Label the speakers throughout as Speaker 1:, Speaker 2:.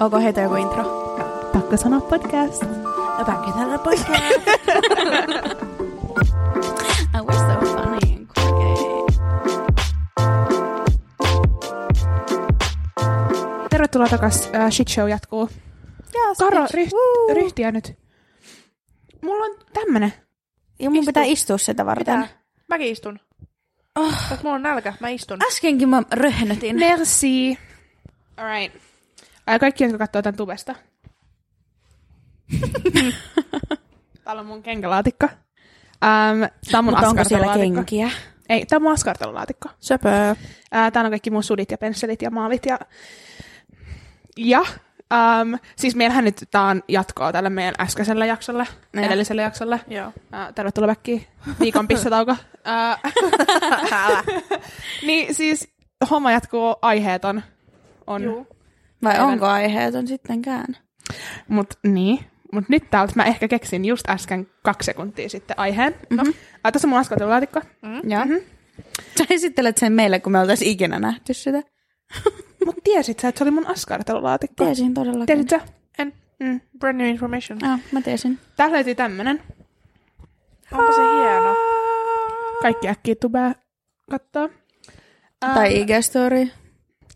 Speaker 1: Onko heti joku intro?
Speaker 2: Pakko sanoa podcast.
Speaker 1: No pakko tänne pois. oh, we're so funny and quirky.
Speaker 2: Tervetuloa takas, äh, Shit Show jatkuu.
Speaker 1: Yes,
Speaker 2: Karo,
Speaker 1: bitch.
Speaker 2: ryht,
Speaker 1: Woo.
Speaker 2: ryhtiä nyt. Mulla on tämmönen.
Speaker 1: Ja mun
Speaker 3: Istu.
Speaker 1: pitää istua sitä varten.
Speaker 3: Pitää. Mäkin istun.
Speaker 1: Oh.
Speaker 3: Koska mulla on nälkä, mä istun.
Speaker 1: Äskenkin mä röhnötin.
Speaker 2: Merci. Alright. Äh, kaikki, jotka katsoo tämän tubesta. Täällä on mun kenkälaatikko. Ähm, tää on mun
Speaker 1: Mutta onko siellä
Speaker 2: askartelulaatikko.
Speaker 1: kenkiä?
Speaker 2: Ei, tää on mun askartelulaatikko.
Speaker 1: Söpö.
Speaker 2: Ää, täällä on kaikki mun sudit ja pensselit ja maalit ja... Ja, äm, siis meillähän nyt tää on jatkoa tälle meidän äskeiselle jaksolle,
Speaker 1: Ja.
Speaker 2: ja. edelliselle jaksolle.
Speaker 3: Joo.
Speaker 2: Ää, tervetuloa väkkiin, viikon pissatauko. Ää,
Speaker 3: Älä.
Speaker 2: niin siis homma jatkuu aiheeton. On.
Speaker 3: Juu.
Speaker 1: Vai
Speaker 2: Aivan.
Speaker 1: onko aiheeton sittenkään?
Speaker 2: Mut niin. Mut nyt täältä mä ehkä keksin just äsken kaksi sekuntia sitten aiheen. No. Mm-hmm. Ää, tässä on mun Mhm. askeltelulaatikko.
Speaker 1: Joo. Sä esittelet sen meille, kun me oltaisiin ikinä nähty sitä.
Speaker 2: Mut tiesit sä, että se oli mun askartelulaatikko?
Speaker 1: Tiesin todellakin.
Speaker 2: Tiesit sä?
Speaker 3: En.
Speaker 2: Mm.
Speaker 3: Brand new information.
Speaker 1: Ah, mä tiesin.
Speaker 2: Täällä löytyy tämmönen.
Speaker 3: Onpa se hieno.
Speaker 2: Kaikki äkkiä tubea katsoa. Ää,
Speaker 1: Tai IG-story.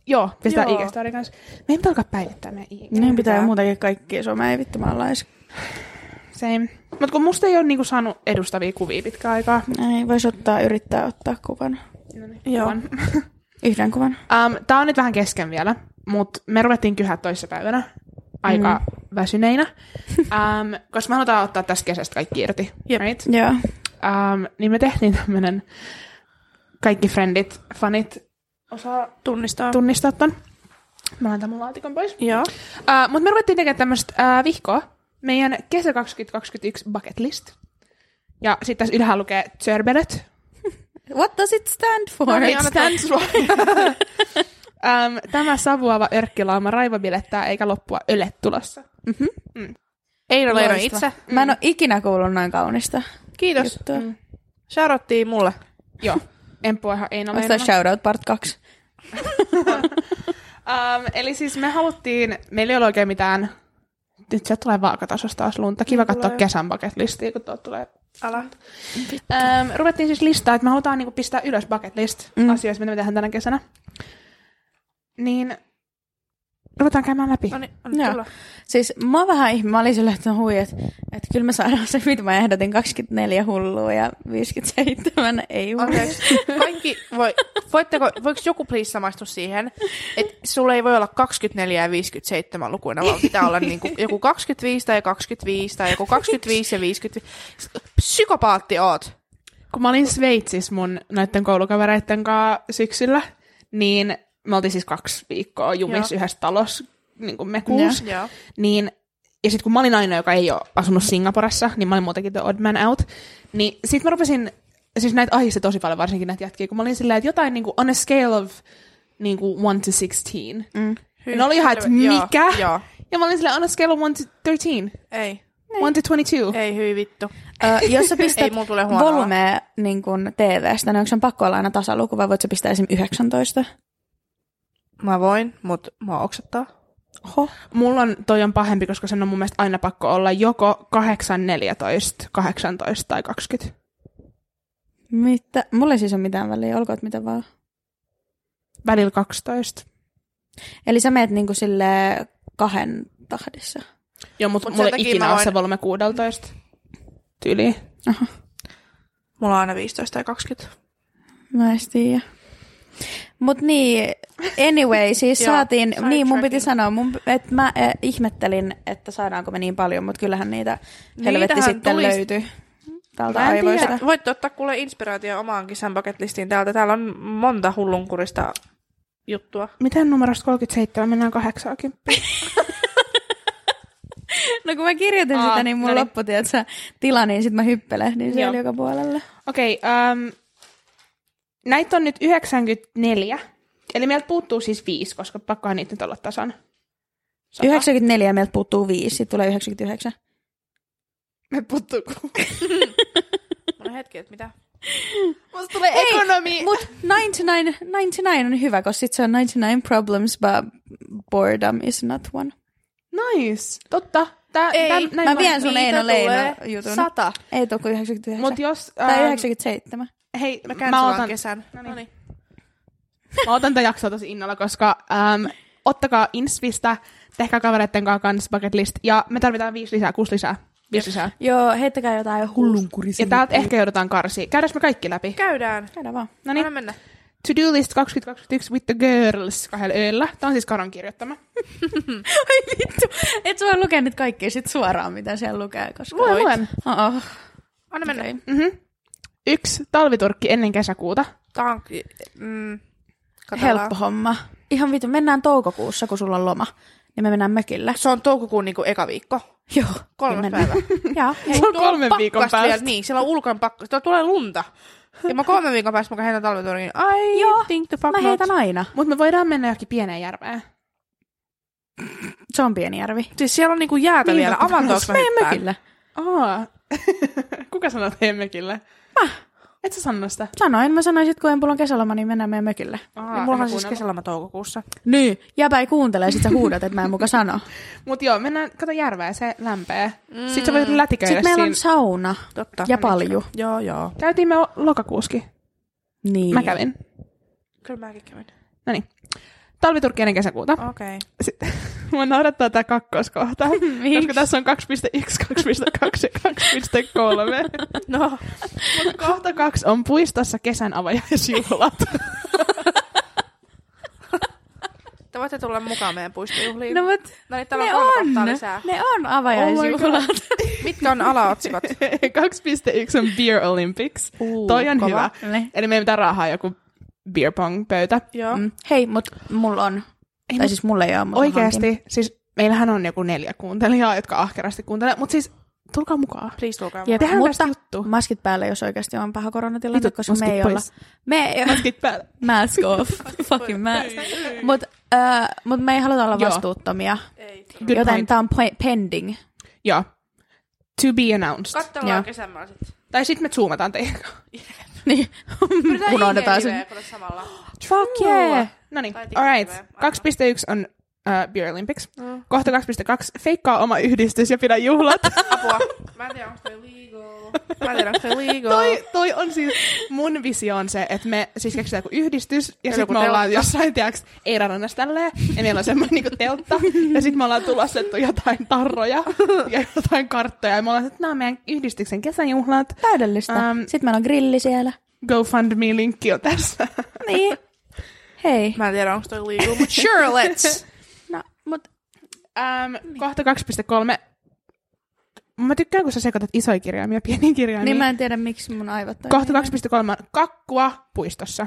Speaker 2: Joo, pistää
Speaker 3: Joo.
Speaker 2: IG-story kanssa. Me ei alkaa päivittää meidän IG.
Speaker 1: Niin pitää muutenkin kaikkia somea ei vittu maalais.
Speaker 2: Same. Mut kun musta ei ole niinku saanut edustavia kuvia pitkään aikaa.
Speaker 1: Ei, voisi ottaa, yrittää ottaa kuvan.
Speaker 3: Joo.
Speaker 2: Um,
Speaker 1: Yhden kuvan.
Speaker 2: tää on nyt vähän kesken vielä, mut me ruvettiin kyhää toissapäivänä aika mm. väsyneinä, um, koska me halutaan ottaa tästä kesästä kaikki irti.
Speaker 3: Jep.
Speaker 2: Right?
Speaker 1: Joo.
Speaker 2: Um, niin me tehtiin tämmönen kaikki friendit, fanit
Speaker 3: Osaa tunnistaa.
Speaker 2: tunnistaa ton. Mä laitan mun laatikon pois.
Speaker 3: Joo.
Speaker 2: Uh, Mutta me ruvettiin tekemään tämmöistä uh, vihkoa, meidän kesä 2021 bucket list. Ja sitten tässä ylhäällä lukee Zerbelet.
Speaker 1: What does it stand for?
Speaker 2: for. um, tämä savuava örkkilauma raivobilettää eikä loppua Mm. ölet tulossa.
Speaker 3: Ei ole
Speaker 1: Loistava.
Speaker 3: itse.
Speaker 2: Mm,
Speaker 1: Mä en ole ikinä kuullut noin kaunista
Speaker 3: Kiitos.
Speaker 1: juttua. Mm.
Speaker 3: Shoutottiin mulle.
Speaker 2: Joo, Emppu ihan Eino
Speaker 1: Onko tämä
Speaker 2: Leinola.
Speaker 1: shoutout part 2?
Speaker 2: um, Eli siis me haluttiin, meillä ei ole oikein mitään, nyt se tulee vaakatasosta taas lunta. Kiva
Speaker 3: Tulee.
Speaker 2: katsoa kesän bucket listiä, kun tuolta tulee
Speaker 3: Älä.
Speaker 2: Öm, ruvettiin siis listaa, että me halutaan niinku pistää ylös bucket list
Speaker 1: Mm.
Speaker 2: mm. asioista, mitä me tehdään tänä kesänä. Niin ruvetaan käymään läpi.
Speaker 3: No niin, on
Speaker 1: Joo.
Speaker 3: tulla. Siis
Speaker 1: Siis mä vähän ihme, mä olin silleen, että no hui, että, että kyllä me saadaan se, mitä mä ehdotin, 24 hullua ja 57 ei hullua.
Speaker 3: Anteeksi. Kaikki voi, voitteko, voiko joku please samaistua siihen, että sulla ei voi olla 24 ja 57 lukuina, vaan pitää olla niinku joku 25 tai 25 tai joku 25 ja 50. Psykopaatti oot.
Speaker 2: Kun mä olin Sveitsissä mun näiden koulukavereiden kanssa syksyllä, niin me oltiin siis kaksi viikkoa jumis
Speaker 3: Joo.
Speaker 2: yhdessä talossa, niin kuin me kuusi.
Speaker 3: Joo.
Speaker 2: Niin, ja sitten kun mä olin ainoa, joka ei ole asunut Singaporessa, niin mä olin muutenkin the odd man out, niin sitten mä rupesin, siis näitä ahisti tosi paljon varsinkin näitä jätkiä, kun mä olin silleen, että jotain niin kuin, on a scale of niin kuin 1 to 16. Mm. Ja ne oli ihan, että
Speaker 3: Joo,
Speaker 2: mikä?
Speaker 3: joo.
Speaker 2: Ja mä olin silleen, on a scale of 1 to 13,
Speaker 3: Ei.
Speaker 2: 1 to 22.
Speaker 3: Ei, hyi vittu.
Speaker 1: Ö, jos sä
Speaker 3: Ei,
Speaker 1: pistät
Speaker 3: mulla tulee huonoa.
Speaker 1: volumea niin kun TV-stä, niin onko sen pakko olla aina tasaluku vai voit sä pistää esim. 19?
Speaker 3: Mä voin, mut mä oksettaa.
Speaker 2: Oho. Mulla on, toi on pahempi, koska sen on mun mielestä aina pakko olla joko 8, 14, 18 tai 20.
Speaker 1: Mitä? Mulla ei siis ole mitään väliä, olkoot mitä vaan.
Speaker 2: Välillä 12.
Speaker 1: Eli sä meet niinku sille kahden tahdissa.
Speaker 2: Joo, mutta mut
Speaker 3: Mut sen
Speaker 2: mulla ei
Speaker 3: takia
Speaker 2: ikinä
Speaker 3: mä
Speaker 2: ole
Speaker 3: voin-
Speaker 2: se volume 16 tyyliin.
Speaker 3: Mulla on aina 15 tai 20.
Speaker 1: Mä en tiedä. Mut niin, anyway, siis
Speaker 3: Joo,
Speaker 1: saatiin,
Speaker 3: side
Speaker 1: niin mun piti
Speaker 3: tracking.
Speaker 1: sanoa, mun, että mä äh, ihmettelin, että saadaanko me niin paljon, mutta kyllähän niitä helvetti
Speaker 3: Niitähän
Speaker 1: sitten
Speaker 3: tulisi.
Speaker 1: löytyy täältä
Speaker 2: Mä en tiedä.
Speaker 1: aivoista.
Speaker 3: Voitte ottaa kuule inspiraatio omaan kisän paketlistiin täältä. Täällä on monta hullunkurista juttua.
Speaker 2: Miten numerosta 37 mennään 80?
Speaker 1: No kun mä kirjoitin Aa, sitä, niin mun no
Speaker 2: no niin.
Speaker 1: loppu, tiedätkö, tila, niin sit mä hyppelehdin siellä
Speaker 2: Joo.
Speaker 1: joka puolella.
Speaker 2: Okei, okay, um, näitä on nyt 94. Eli meiltä puuttuu siis 5, koska pakkohan niitä nyt olla tasan. Sata.
Speaker 1: 94 meiltä puuttuu 5, sit tulee 99.
Speaker 2: Me puuttuu kuusi.
Speaker 3: Mun hetki, että mitä?
Speaker 2: Musta tulee ekonomi.
Speaker 1: Mut 99, 99 on hyvä, koska sit se on 99 problems, but boredom is not one.
Speaker 2: nice. Totta. Tää,
Speaker 3: Ei,
Speaker 2: tää,
Speaker 3: mä
Speaker 2: vaan-
Speaker 1: Mä vien sun
Speaker 3: niitä
Speaker 1: Eino Leino
Speaker 3: tulee
Speaker 1: jutun.
Speaker 3: sata.
Speaker 1: Ei tuu kuin 99.
Speaker 2: Mut jos...
Speaker 1: tai
Speaker 2: ähm,
Speaker 1: 97.
Speaker 2: Hei,
Speaker 3: Me
Speaker 2: mä
Speaker 3: cancelaan
Speaker 2: otan,
Speaker 3: kesän.
Speaker 2: Noniin.
Speaker 3: Noniin.
Speaker 2: mä otan tätä jaksoa tosi innolla, koska äm, ottakaa Inspistä, tehkää kavereitten kanssa kans bucket list. Ja me tarvitaan viisi lisää, kuusi lisää. Viisi lisää.
Speaker 1: Joo, heittäkää jotain hullunkurisia.
Speaker 2: Ja täältä ehkä joudutaan karsi. Käydäänkö me kaikki läpi?
Speaker 3: Käydään.
Speaker 1: Käydään vaan.
Speaker 2: No
Speaker 3: Anna
Speaker 2: niin.
Speaker 3: mennä.
Speaker 2: To-do list 2021 with the girls kahdella ööllä. Tämä on siis Karon kirjoittama.
Speaker 1: Ai vittu, et sä voi lukea nyt kaikkea sit suoraan, mitä siellä lukee, koska...
Speaker 2: Luen, luen.
Speaker 1: Oh,
Speaker 3: Anna mennä. Okay.
Speaker 2: Mm-hmm. Yksi, talviturkki ennen kesäkuuta.
Speaker 3: Tää on... ki- Mm, katsellaan.
Speaker 1: helppo homma. Ihan vittu, mennään toukokuussa, kun sulla on loma. Niin me mennään mökillä.
Speaker 3: Se on toukokuun niinku eka viikko.
Speaker 1: Joo.
Speaker 3: Kolmas
Speaker 1: Niin mennään.
Speaker 3: päivä.
Speaker 1: Joo.
Speaker 2: Se on kolmen
Speaker 3: pakkasta
Speaker 2: viikon
Speaker 3: vielä.
Speaker 2: päästä.
Speaker 3: Niin, siellä on ulkon pakkas. Tuolla tulee lunta. Ja mä kolmen viikon päästä mä heitän talvetorniin. I
Speaker 1: Joo,
Speaker 3: think the fuck
Speaker 1: Mä
Speaker 3: not.
Speaker 1: heitän aina.
Speaker 2: Mutta me voidaan mennä johonkin pieneen järveen.
Speaker 1: Se on pieni järvi.
Speaker 3: Siis siellä on niinku jäätä
Speaker 2: Niin,
Speaker 3: vielä.
Speaker 2: totta
Speaker 3: Avataanko mä
Speaker 1: Meidän
Speaker 3: hyppään?
Speaker 1: mökillä.
Speaker 2: Aa. Kuka sanoo teidän mökille? Mä. Et sä sano sitä.
Speaker 1: Sanoin, mä sanoin sit, kun en on kesäloma, niin mennään meidän mökille.
Speaker 2: Aa,
Speaker 3: Niin mulla
Speaker 2: en
Speaker 3: on siis
Speaker 2: kuunnellut.
Speaker 3: kesäloma toukokuussa.
Speaker 1: Niin. Jäbä ei kuuntele, ja sit sä huudat, että mä en muka sano.
Speaker 2: Mut joo, mennään, kato järveä, se lämpää. Mm. Sitten sä voit lätiköidä
Speaker 1: Sitten meillä on
Speaker 2: siinä.
Speaker 1: sauna.
Speaker 3: Totta.
Speaker 1: Ja
Speaker 3: No niin.
Speaker 1: paljon.
Speaker 3: Joo, joo.
Speaker 2: Käytiin me o- lokakuuskin.
Speaker 1: Niin.
Speaker 2: Mä kävin.
Speaker 3: Kyllä mäkin kävin.
Speaker 2: Noniin. Talviturkki ennen kesäkuuta.
Speaker 3: Okei.
Speaker 2: Sitten, mua naurattaa tää kakkoskohta.
Speaker 1: Miksi?
Speaker 2: koska tässä on 2.1, 2.2 ja 2.3.
Speaker 3: No,
Speaker 2: Mut kohta kaksi on puistossa kesän avajaisjuhlat.
Speaker 3: te voitte tulla mukaan meidän puistojuhliin.
Speaker 1: No mut,
Speaker 3: no niin, täällä on
Speaker 1: ne
Speaker 3: kolme kohtaa
Speaker 1: on,
Speaker 3: lisää.
Speaker 1: ne on
Speaker 2: Oh
Speaker 1: avajaisjuhlat.
Speaker 3: Mitkä on alaotsikot?
Speaker 2: 2.1 on Beer Olympics.
Speaker 1: Uu,
Speaker 2: Toi on
Speaker 1: kova.
Speaker 2: hyvä.
Speaker 1: Niin.
Speaker 2: Eli meidän pitää rahaa joku beer pong pöytä.
Speaker 3: Joo.
Speaker 1: Mm. Hei, mut mulla on.
Speaker 2: Ei,
Speaker 1: Ei, tai
Speaker 2: mut
Speaker 1: siis mulla ei ole, mutta
Speaker 2: Oikeasti, siis meillähän on joku neljä kuuntelijaa, jotka ahkerasti kuuntelee, mutta siis tulkaa mukaan.
Speaker 3: Please tulkaa
Speaker 1: Ja
Speaker 3: mukaan.
Speaker 2: Tehdään
Speaker 1: mutta
Speaker 2: tästä juttu.
Speaker 1: maskit päälle, jos oikeasti on paha koronatilanne,
Speaker 2: Vitut,
Speaker 1: koska me
Speaker 2: maskit
Speaker 1: ei
Speaker 2: pois.
Speaker 1: olla. Me ei
Speaker 2: Maskit päällä.
Speaker 1: Mask off. Fucking mask. mut, äh, mut me ei haluta olla
Speaker 2: Joo.
Speaker 1: vastuuttomia.
Speaker 3: Ei.
Speaker 2: Good
Speaker 1: joten
Speaker 2: point.
Speaker 1: tää on pe- pending.
Speaker 2: Joo. To be announced.
Speaker 1: Joo.
Speaker 3: Kattellaan kesämaa sitten.
Speaker 2: tai sitten me zoomataan teidän kanssa.
Speaker 1: Niin, unohdetaan se.
Speaker 3: sen. samalla.
Speaker 1: Fuck yeah.
Speaker 2: No niin,
Speaker 3: Tai
Speaker 2: alright.
Speaker 3: TikTokille.
Speaker 2: 2.1 on uh, Beer Olympics.
Speaker 3: No.
Speaker 2: Kohta 2.2 feikkaa oma yhdistys ja pidä juhlat.
Speaker 3: Apua. Mä en tiedä, onko toi legal. Mä en tiedä, onko toi legal.
Speaker 2: toi, toi on siis, mun visio on se, että me siis keksitään joku yhdistys, ja
Speaker 3: Ja
Speaker 2: sitten
Speaker 3: joku
Speaker 2: me ollaan
Speaker 3: teltta.
Speaker 2: jossain, tiiäks, ei rannassa tälleen, ja meillä on semmoinen niinku teltta, ja sitten me ollaan tulostettu jotain tarroja ja jotain karttoja, ja me ollaan, että nämä on meidän yhdistyksen kesäjuhlat,
Speaker 1: Täydellistä.
Speaker 2: Ähm.
Speaker 1: Sitten meillä on grilli siellä.
Speaker 2: GoFundMe-linkki on tässä.
Speaker 1: Niin. Hei.
Speaker 3: Mä en tiedä, onko toi legal, but sure, let's.
Speaker 1: No, mut
Speaker 3: Niin.
Speaker 2: Um, kohta 2.3. Mä tykkään, kun sä sekoitat isoja kirjaimia pieniin kirjaimiin.
Speaker 1: niin mä en tiedä, miksi mun aivot niin toimii.
Speaker 2: Kohta 2.3 on kakkua puistossa.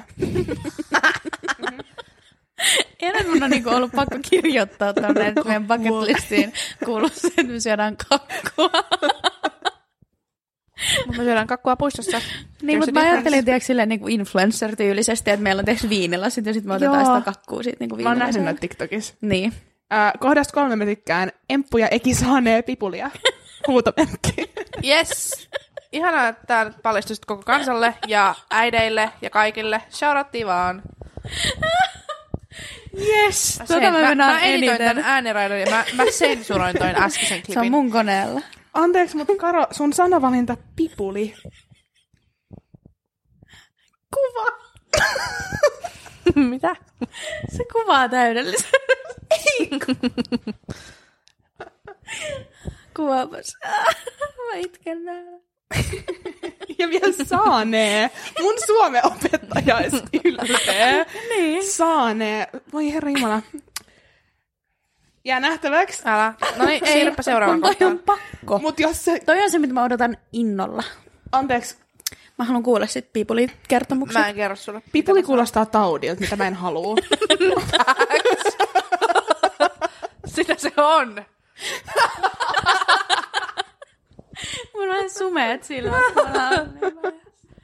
Speaker 1: Ennen mun on niinku ollut pakko kirjoittaa tuonne, että meidän bucket listiin kuuluu se, että me syödään kakkua.
Speaker 3: Mutta me syödään kakkua puistossa.
Speaker 1: Niin, mutta mä
Speaker 3: There's a difference.
Speaker 1: ajattelin, tiedätkö, silleen niin influencer-tyylisesti, että meillä on teeksi viinilasit ja sitten me otetaan
Speaker 2: Joo.
Speaker 1: sitä kakkua siitä niin
Speaker 2: Mä oon nähnyt noita TikTokissa.
Speaker 1: Niin.
Speaker 2: Uh, kohdasta kolme mä tykkään. Emppu ja Eki saanee pipulia. Huutomerkki.
Speaker 3: Yes. Ihanaa, että tää nyt paljastui sit koko kansalle ja äideille ja kaikille. Shoutattiin vaan.
Speaker 1: Yes!
Speaker 3: Sen.
Speaker 1: Tota mä, mä,
Speaker 3: mä,
Speaker 1: mä
Speaker 3: editoin
Speaker 1: eniten.
Speaker 3: tän ääniraidon ja mä, mä sensuroin toin äskeisen
Speaker 1: Se on
Speaker 3: klipin.
Speaker 1: mun koneella.
Speaker 2: Anteeksi, mutta Karo, sun sanavalinta pipuli.
Speaker 1: Kuva!
Speaker 3: Mitä?
Speaker 1: Se kuvaa täydellisesti. Kuvaapas. Mä itken nähdä.
Speaker 2: Ja vielä saanee. Mun Suomen opettaja is ylpeä.
Speaker 1: Niin.
Speaker 2: Saanee. Voi herra jumala. Jää nähtäväksi.
Speaker 3: Älä. No niin,
Speaker 1: Ei,
Speaker 3: siirrypä seuraavaan
Speaker 1: kun toi on
Speaker 3: kohtaan.
Speaker 1: pakko.
Speaker 2: Mut jos se...
Speaker 1: Toi on se, mitä mä odotan innolla.
Speaker 2: Anteeksi.
Speaker 1: Mä haluan kuulla sit piipulit kertomukset.
Speaker 3: Mä en kerro sulle.
Speaker 2: Pipuli kuulostaa taudilta, mitä mä en halua.
Speaker 3: Sitä se on.
Speaker 1: Mulla on sumeet silmät.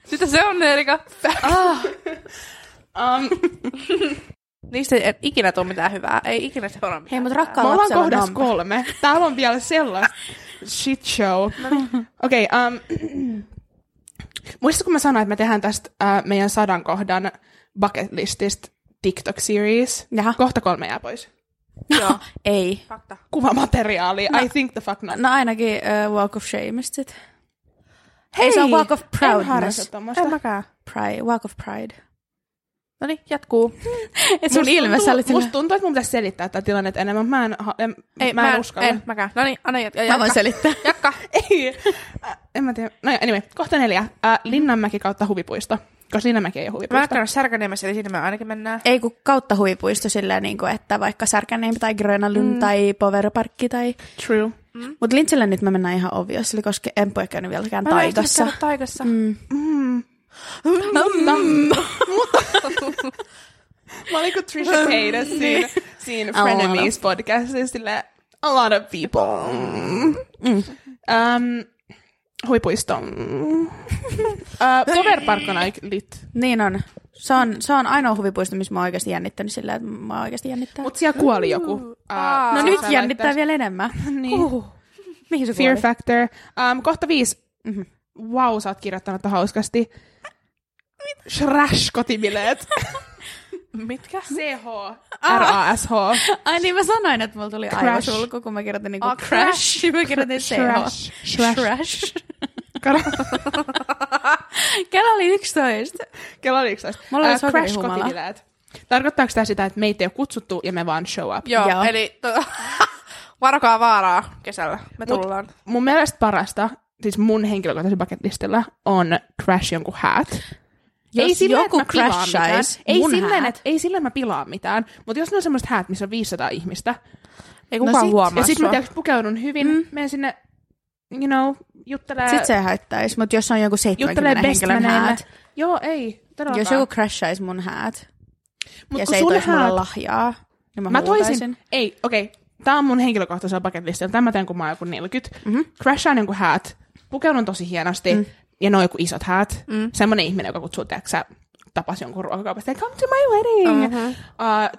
Speaker 3: Sitä se on, Erika.
Speaker 2: Ah. Um,
Speaker 3: Niistä ei ikinä tule mitään hyvää. Ei ikinä seuraa mitään.
Speaker 1: Hei, mut
Speaker 3: hyvää.
Speaker 1: rakkaan
Speaker 2: Me ollaan
Speaker 1: lapsella on
Speaker 2: kohdassa
Speaker 1: nampa.
Speaker 2: kolme. Täällä on vielä sellaista shit show. Okei, okay, um, muistatko kun mä sanoin, että me tehdään tästä uh, meidän sadan kohdan bucket lististä TikTok series?
Speaker 1: Jaha.
Speaker 2: Kohta kolme jää pois.
Speaker 3: Joo,
Speaker 1: No, Ei.
Speaker 3: fakta.
Speaker 2: Kuvamateriaalia. I think the fuck not.
Speaker 1: No ainakin uh, Walk of Shame sitten.
Speaker 2: Hei,
Speaker 1: Ei se on Walk of
Speaker 2: En harrasta
Speaker 1: Proudness.
Speaker 2: tommoista.
Speaker 3: En mäkään.
Speaker 1: Pride, walk of Pride.
Speaker 3: No niin, jatkuu.
Speaker 1: Et sun ilme, sä olit
Speaker 2: tuntuu,
Speaker 1: sillä...
Speaker 2: musta tuntuu, että mun pitäisi selittää tätä tilannetta enemmän. Mä en, ha- en,
Speaker 3: Ei,
Speaker 2: mä en, uskalla.
Speaker 3: En mäkään. No niin, anna jatka.
Speaker 1: Mä voin
Speaker 3: jatka.
Speaker 1: selittää.
Speaker 3: Jatka.
Speaker 2: Ei. Äh, en mä tiedä. No joo, anyway. Kohta neljä. Äh, Linnanmäki kautta huvipuisto. Koska Linnanmäki ei ole
Speaker 3: Mä en
Speaker 2: huvipuisto.
Speaker 3: ole Särkäniemessä, eli siinä me ainakin mennään.
Speaker 1: Ei kun kautta huipuisto sillä niin kuin, että vaikka Särkänniemi tai Grönalyn mm. tai Poverparkki tai...
Speaker 2: True.
Speaker 1: Mut Lintsillä nyt mä mennään ihan obvious, eli koska Empu ei käynyt vieläkään
Speaker 3: Mä en ole ikinä
Speaker 1: taikassa.
Speaker 3: käynyt Taikassa. Mm.
Speaker 1: Mm.
Speaker 2: Mä olin kuin Trisha Paytas
Speaker 1: Niin.
Speaker 2: siinä, siinä Frenemies podcastissa sillä a lot of people.
Speaker 1: Mm.
Speaker 2: Um, huipuisto. Uh, Powerpark on aika lit.
Speaker 1: Niin on. Se on, se on ainoa huvipuisto, missä mä oon oikeasti jännittänyt sillä, että mä oikeasti jännittää.
Speaker 2: Mut siellä kuoli joku. Uh,
Speaker 3: Aa.
Speaker 1: no
Speaker 3: se
Speaker 1: nyt
Speaker 2: saa
Speaker 1: jännittää
Speaker 2: laittaa-
Speaker 1: vielä enemmän.
Speaker 2: Niin.
Speaker 1: Uhuh. Mihin se
Speaker 2: Fear
Speaker 1: kuoli?
Speaker 2: Factor. Um, kohta viisi. Wow, sä oot kirjoittanut tämän hauskasti. Shrash kotibileet.
Speaker 3: Mitkä?
Speaker 2: CH. R-A-S-H.
Speaker 1: Ai niin, mä sanoin, että mulla tuli
Speaker 2: Crash.
Speaker 1: aivosulku, kun mä kirjoitin niinku
Speaker 3: Ah,
Speaker 1: crash. crash. Mä kirjoitin CH.
Speaker 2: Shrash. Shrash.
Speaker 1: Crash.
Speaker 2: Kara-
Speaker 1: Kela oli 11.
Speaker 2: Kello oli 11.
Speaker 1: Mulla oli
Speaker 2: Äh, Crash
Speaker 1: sokerihumala.
Speaker 2: kotibileet. Tarkoittaako tämä sitä, että meitä ei ole kutsuttu ja me vaan show up?
Speaker 3: Joo,
Speaker 1: Joo.
Speaker 3: eli to, varokaa vaaraa kesällä. Me
Speaker 2: Mut-
Speaker 3: tullaan.
Speaker 2: Mun mielestä parasta, siis mun henkilökohtaisen paketlistalla, on Crash jonkun hat.
Speaker 1: Jos
Speaker 2: että
Speaker 1: joku
Speaker 2: mä pilaan
Speaker 1: crashais
Speaker 2: mitään. ei
Speaker 1: mun
Speaker 2: silleen,
Speaker 1: hat.
Speaker 2: että, ei silleen mä pilaan mitään, mutta jos ne on semmoiset häät, missä on 500 ihmistä,
Speaker 3: Ei
Speaker 1: No
Speaker 3: kukaan no
Speaker 1: sit-
Speaker 3: huomaa
Speaker 2: ja sit mä
Speaker 3: sua.
Speaker 2: tiiäks, pukeudun hyvin, mm. menen sinne, you know, juttelee,
Speaker 1: Sitten se ei haittaisi, mutta jos on joku
Speaker 2: juttelee
Speaker 1: 70 henkilön
Speaker 2: bestmaneille.
Speaker 1: häät,
Speaker 2: Joo, ei, todellakaan.
Speaker 1: jos joku crashaisi mun häät
Speaker 2: Mut
Speaker 1: ja
Speaker 2: kun
Speaker 1: se ei
Speaker 2: sun
Speaker 1: toisi mulle
Speaker 2: häät-
Speaker 1: lahjaa, niin mä,
Speaker 2: Mä toisin,
Speaker 1: huutaisin.
Speaker 2: ei, okei, okay. tää on mun henkilökohtaisella paketlistalla, tämä teen kun mä oon joku 40, mm-hmm. crashaan jonkun häät, pukeudun tosi hienosti, mm. ja ne on joku isot häät, mm. semmonen ihminen, joka kutsuu, tiedäksä, tapas jonkun ruokakaupasta, "Hey, come to my
Speaker 3: niin.
Speaker 2: wedding, uh-huh. uh,